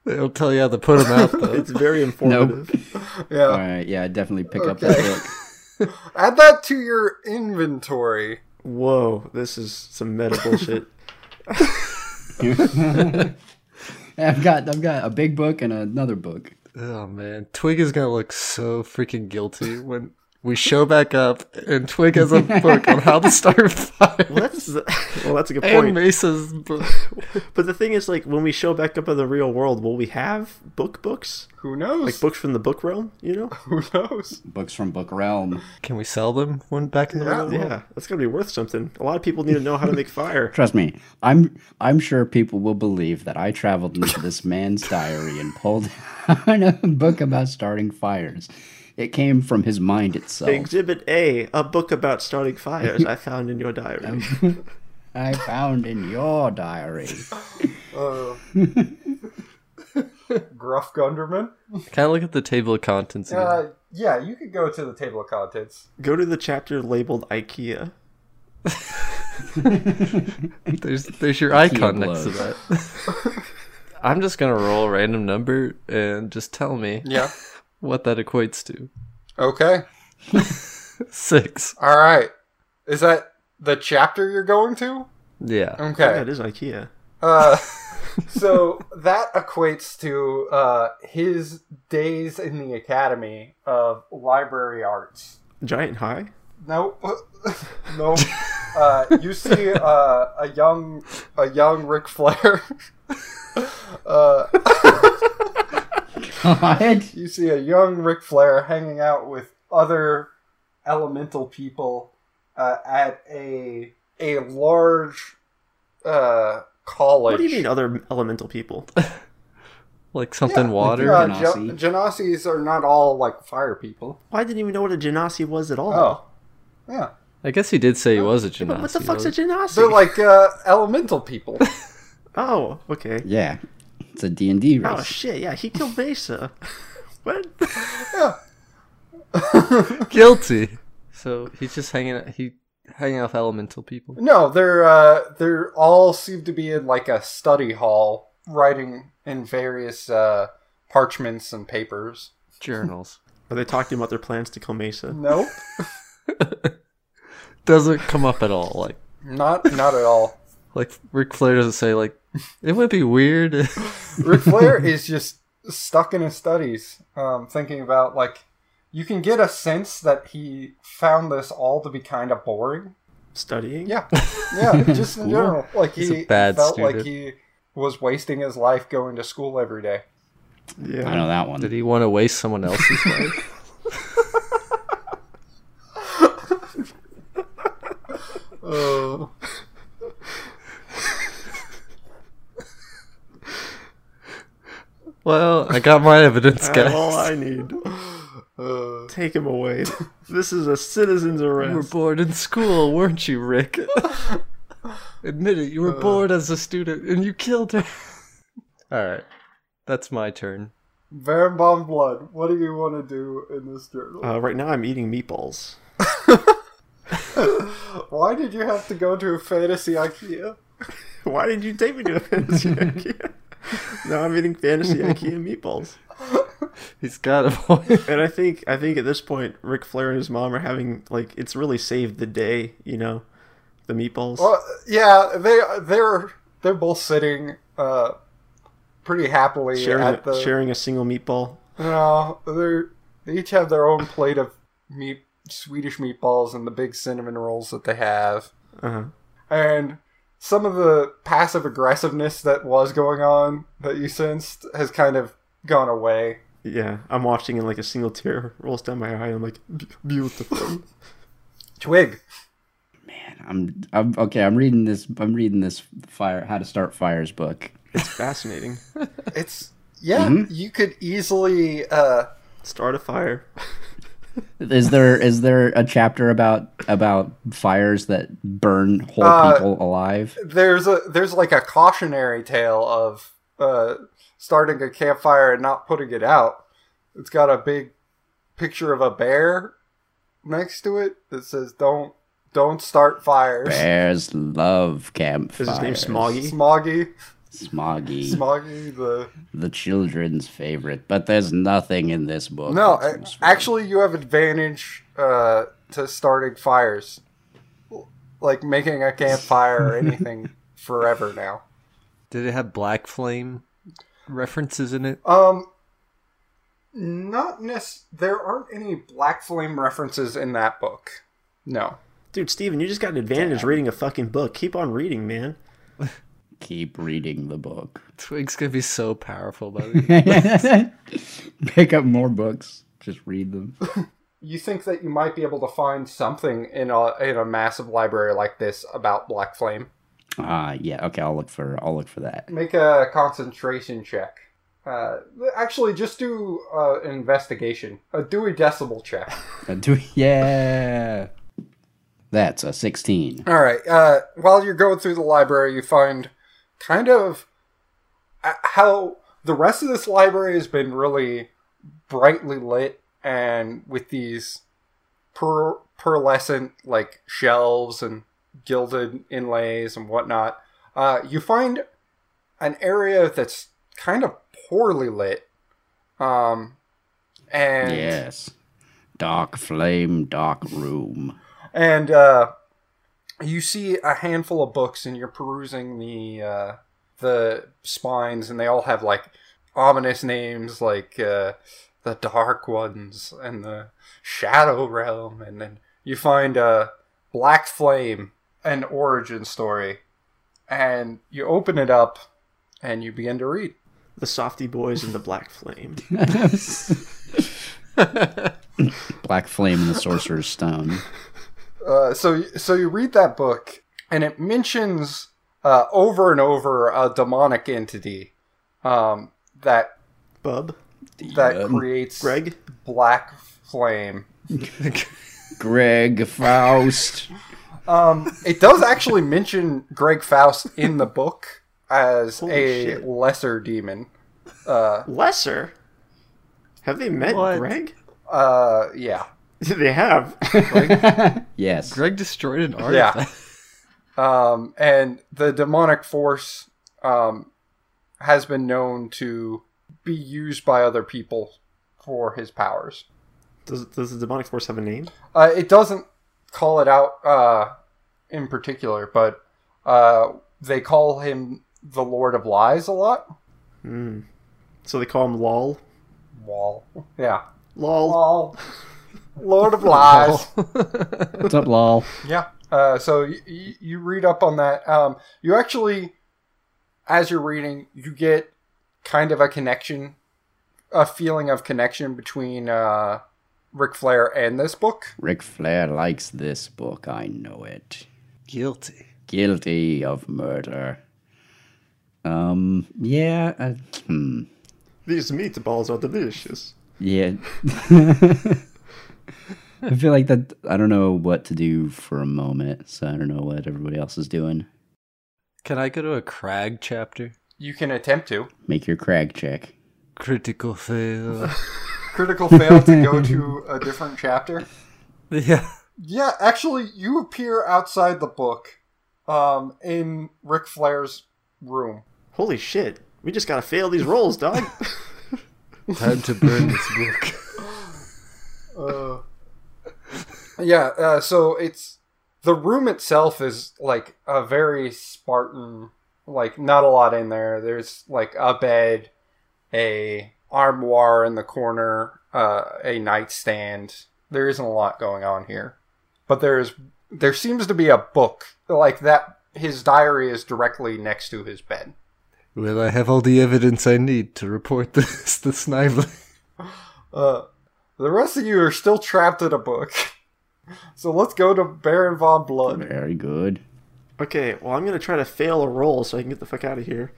It'll tell you how to put them out, though. It's very informative. Yeah. All right, yeah, I definitely pick up that book. Add that to your inventory. Whoa, this is some meta bullshit. I've got I've got a big book and another book. oh, man. Twig is going to look so freaking guilty when we show back up and Twig has a book on how to start fire. Well, that's the- well, that's a good And point. Mesa's book. But the thing is, like, when we show back up in the real world, will we have book books, Who knows? like books from the book realm? You know? Who knows? Books from Book Realm. Can we sell them when back in the Yeah. real world? Yeah, that's gonna be worth something. A lot of people need to know how to make fire. Trust me, I'm I'm sure people will believe that I traveled into this man's diary and pulled out a book about starting fires. It came from his mind itself. Exhibit A: A book about starting fires I found in your diary. I found in your diary. Uh, Gruff Gunderman? Can I look at the table of contents again? Uh, yeah, you could go to the table of contents. Go to the chapter labeled IKEA. There's there's your icon blow. next to that. I'm just gonna roll a random number and just tell me Yeah. what that equates to. Okay. Six. All right. Is that the chapter you're going to? Yeah. Yeah, Okay. it is IKEA. Uh, so that equates to uh, his days in the Academy of Library Arts. Giant High. No, no. Uh, you see uh, a young, a young Ric Flair. uh, God. you see a young Ric Flair hanging out with other elemental people uh, at a a large uh, college. What do you mean, other elemental people? Like something water. uh, Yeah, uh, Genasi. Gen- Genasis are not all like fire people. Well, I didn't even know what a genasi was at all. Oh, yeah, I guess he did say he was a genasi. uh, But what the fuck's a though. genasi? they're like uh, elemental people. oh, okay. Yeah. It's a D&D Oh race. shit! Yeah, he killed Mesa. what? guilty? So he's just hanging out he hanging off elemental people. no, they're uh, they're all seem to be in like a study hall, writing in various uh, parchments and papers. Journals. Are they talking about their plans to kill Mesa? Nope, Doesn't come up at all. Like not not at all. like Ric Flair doesn't say like it would be weird. if-" Ric Flair is just stuck in his studies, um, thinking about like you can get a sense that he found this all to be kind of boring. Studying? Yeah, yeah, just in general, like He's a he bad felt like student. he was wasting his life going to school every day. Yeah. I know that Did one. he want to waste someone else's life? Oh, Well, I got my evidence, That's guys. all I need. Uh, Take him away. This is a citizen's You were arrest. bored in school, weren't you, Rick? Admit it, you were bored as a student and you killed her. Alright, that's my turn. Barenbaum Blood, what do you want to do in this journal? Uh, right now, I'm eating meatballs. Why did you have to go to a fantasy IKEA? Why did you take me to a fantasy IKEA? now I'm eating fantasy IKEA meatballs. He's got a point. And I think I think at this point, Ric Flair and his mom are having like it's really saved the day. You know, the meatballs. Well, yeah, they they're they're both sitting uh, pretty happily sharing at a, the. sharing a single meatball. No, they're they each have their own plate of meat, Swedish meatballs, and the big cinnamon rolls that they have. Uh-huh. And some of the passive aggressiveness that was going on that you sensed has kind of gone away. Yeah, I'm watching and like a single tear rolls down my eye. I'm like, "Be- beautiful. Twig, Man, I'm, I'm okay. I'm reading this. I'm reading this fire. How to start fires book. it's fascinating. it's yeah, you could easily uh Start a fire. Is there is there a chapter about about fires that burn whole Uh, people alive? there's a there's like a cautionary tale of uh starting a campfire and not putting it out. It's got a big picture of a bear next to it that says don't don't start fires. Bears love campfires. Is his name Smoggy? Smoggy, Smoggy. Smoggy the the children's favorite, but there's nothing in this book. No, that a- comes from- actually, you have advantage uh, to starting fires, like making a campfire or anything forever now. Did it have black flame references in it? Um, not nec- There aren't any Black Flame references in that book. No. Dude, Steven, you just got an advantage reading a fucking book. Keep on reading, man. keep reading the book. Twig's gonna be so powerful by the Pick up more books. Just read them. You think that you might be able to find something in a in a massive library like this about Black Flame? Ah, yeah. Okay, I'll look for. I'll look for that. Make a concentration check. Uh, actually, just do uh, an investigation, a Dewey Decimal check. Uh, do- yeah. That's a sixteen. All right. Uh, while you're going through the library, you find kind of uh, how the rest of this library has been really brightly lit and with these per- pearlescent like shelves and gilded inlays and whatnot. Uh, you find an area that's kind of poorly lit. Um, and Yes. Dark flame, dark room. and uh, you see a handful of books and you're perusing the uh, the spines and they all have like ominous names like uh, the dark ones and the shadow realm and then you find uh, black flame an origin story and you open it up and you begin to read The Softy Boys and the Black Flame. Black flame and the sorcerer's stone. Uh, so so you read that book and it mentions uh, over and over a demonic entity um, that Bub, that Yeah. creates Greg, black flame. way. Greg Faust. Um, it does actually mention Greg Faust in the book as Holy a shit. lesser demon. Uh, Lesser. Have they met What? Greg? uh, yeah, they have. yes. Greg destroyed an artifact. yeah. Um, and the demonic force um, has been known to be used by other people for his powers. Does, does the demonic force have a name? Uh, it doesn't call it out uh, in particular, but uh, they call him the Lord of Lies a lot. Hmm. So they call him Lol. Wall. Yeah. Lol. Wall. Lord of Lies. What's up, lol? yeah. Uh, so y- y- you read up on that. Um, you actually, as you're reading, you get kind of a connection, a feeling of connection between uh, Ric Flair and this book. Ric Flair likes this book. I know it. Guilty. Guilty of murder. Um. Yeah. Uh, hmm. These meatballs are delicious. Yeah. I feel like that. I don't know what to do for a moment, so I don't know what everybody else is doing. Can I go to a crag chapter? You can attempt to. Make your crag check. Critical fail. Critical fail to go to a different chapter. yeah. Yeah, actually, you appear outside the book, um, in Ric Flair's room. Holy shit. We just gotta fail these rolls, dog. Time to burn this book. Uh, yeah, uh, so it's the room itself is like a very Spartan, like not a lot in there. There's like a bed, a armoire in the corner, uh, a nightstand. There isn't a lot going on here, but there's there seems to be a book like that his diary is directly next to his bed. Will I have all the evidence I need to report this to Snively? Uh, the rest of you are still trapped in a book. So let's go to Baron von Blood. Very good. Okay, well, I'm gonna try to fail a roll so I can get the fuck out of here.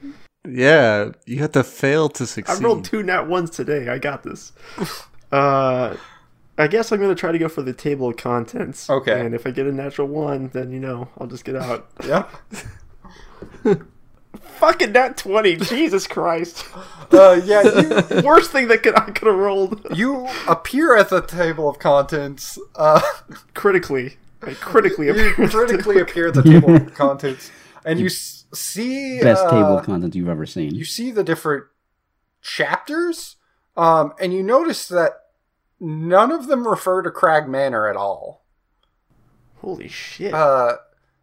Yeah, you have to fail to succeed. I rolled two nat ones today. I got this. uh, I guess I'm gonna try to go for the table of contents. Okay. And if I get a natural one, then you know I'll just get out. Yep. Fucking nat twenty. Jesus Christ. Uh, yeah, you, Worst thing that could I could have rolled. you appear at the table of contents. Uh, Critically, I critically you appeared. critically appear at the table of contents, and you s- see Best uh, table content you've ever seen. you see the different chapters, um, and you notice that none of them refer to Crag Manor at all. Holy shit. Uh,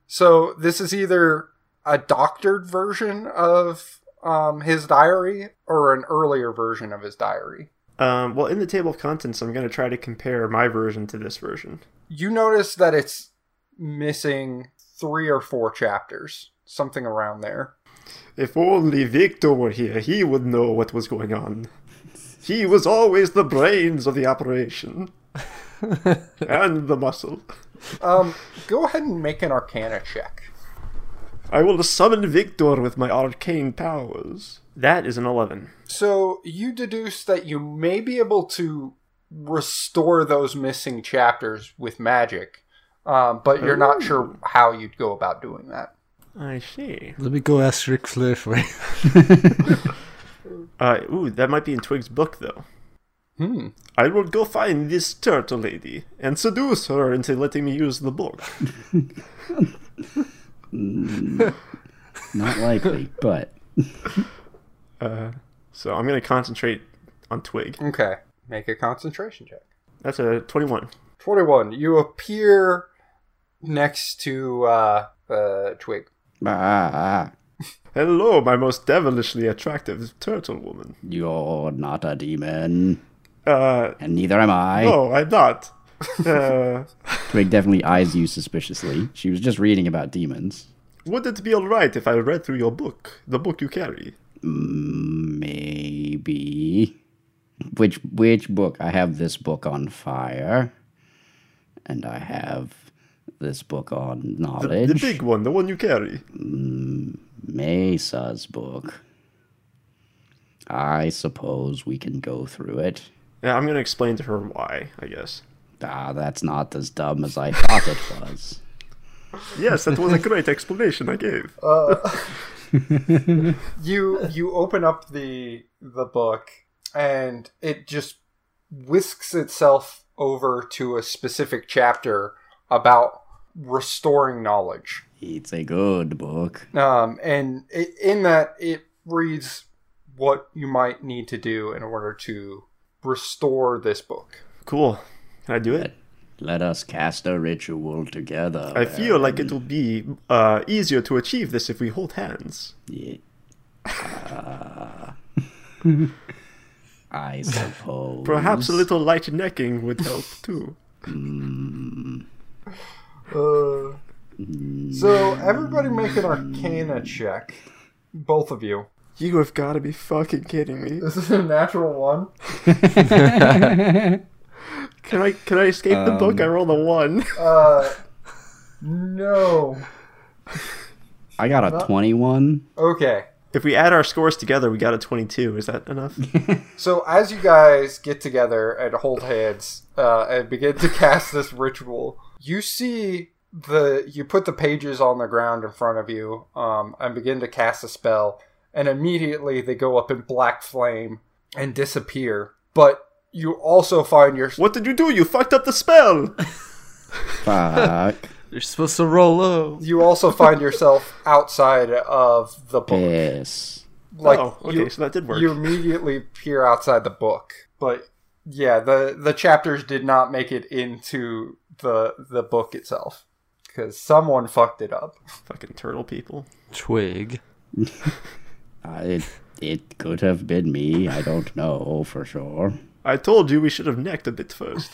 so this is either a doctored version of um, his diary or an earlier version of his diary. Um, well, in the table of contents, I'm going to try to compare my version to this version. You notice that it's missing three or four chapters, something around there. If only Victor were here, he would know what was going on. He was always the brains of the operation and the muscle. Um, go ahead and make an Arcana check. I will summon Victor with my arcane powers. That is an 11. So you deduce that you may be able to restore those missing chapters with magic, um, but you're not sure how you'd go about doing that. I see. Let me go ask Ric Flair for you. Uh, ooh, that might be in Twig's book, though. Hmm. I will go find this turtle lady and seduce her into letting me use the book. Not likely, but So I'm going to concentrate on Twig. Okay. Make a concentration check. That's a 21. 41. You appear next to uh, uh, Twig. ah, Hello, my most devilishly attractive turtle woman. you're not a demon, Uh, and neither am I. no, I'm not. Uh, Twig definitely eyes you suspiciously. She was just reading about demons. would it be alright if I read through your book, the book you carry? Maybe. Which which book? I have this book on fire, and I have this book on The, the knowledge. big one, the one you carry. Mesa's book. I suppose we can go through it. Yeah, I'm gonna explain to her why, I guess. Ah, that's not as dumb as I thought it was. Yes, that was a great explanation I gave. You you open up the the book and it just whisks itself over to a specific chapter about restoring knowledge. It's a good book. Um, and i in that, it reads what you might need to do in order to restore this book. cool. Can I do it? Let us cast a ritual together. I feel like it will be uh, easier to achieve this if we hold hands. Yeah. uh, I suppose. Perhaps a little light necking would help too. Uh, so everybody make an Arcana check, both of you. You have got to be fucking kidding me. This is a natural one. Can I can I escape the book? I rolled a one. Uh, no. I got a 21. Okay. If we add our scores together, we got a 22. Is that enough? So as you guys get together and hold hands uh, and begin to cast this ritual, you see the you put the pages on the ground in front of you um, and begin to cast a spell, and immediately they go up in black flame and disappear. But you also find your what did you do? You fucked up the spell. Fuck. You're supposed to roll low. you also find yourself outside of the book. Piss. Like oh, okay, you, so that did work. you immediately peer outside the book but yeah the the chapters did not make it into the the book itself because someone fucked it up Fucking turtle people. Twig. I, it, it could have been me. I don't know for sure. I told you we should have necked a bit first.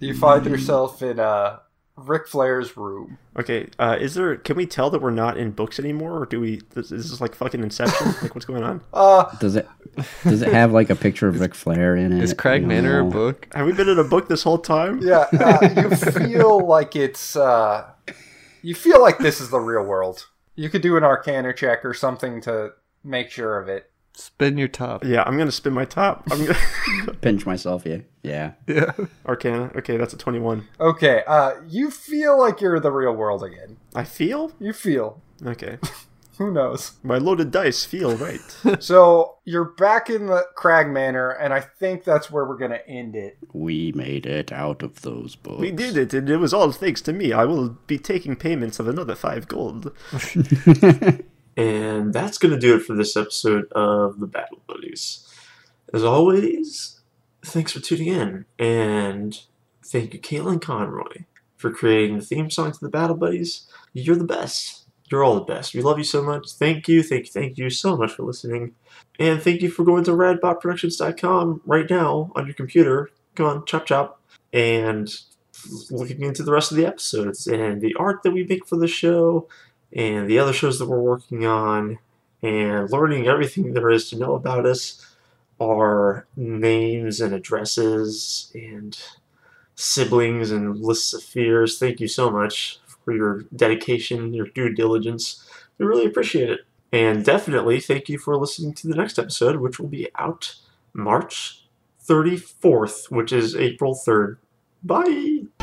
you find yourself in a Ric Flair's room. Okay, uh, is there? Can we tell that we're not in books anymore, or do we? This, is this like fucking Inception? like, what's going on? Uh, Does it does it have like a picture of Ric Flair in it? Is Craig You Manor a know? book? Have we been in a book this whole time? yeah, uh, you feel like it's. Uh, you feel like this is the real world. You could do an Arcana check or something to make sure of it. Spin your top. Yeah, I'm gonna spin my top. I'm gonna... Pinch myself, yeah. Yeah. Yeah. Arcana. Okay, that's a 21. Okay, uh, you feel like you're the real world again. I feel. You feel. Okay, Who knows? my loaded dice feel right. so you're back in the Crag Manor, and I think that's where we're gonna end it. We made it out of those books. we did it, and it was all thanks to me. I will be taking payments of another five gold. And that's going to do it for this episode of The Battle Buddies. As always, thanks for tuning in. And thank you, Caitlin Conroy, for creating the theme song to The Battle Buddies. You're the best. You're all the best. We love you so much. Thank you, thank you, thank you so much for listening. And thank you for going to radbotproductions.com right now on your computer. Go on, chop chop. And looking into the rest of the episodes and the art that we make for the show and the other shows that we're working on and learning everything there is to know about us our names and addresses and siblings and lists of fears thank you so much for your dedication your due diligence we really appreciate it and definitely thank you for listening to the next episode which will be out march 34th which is april 3rd bye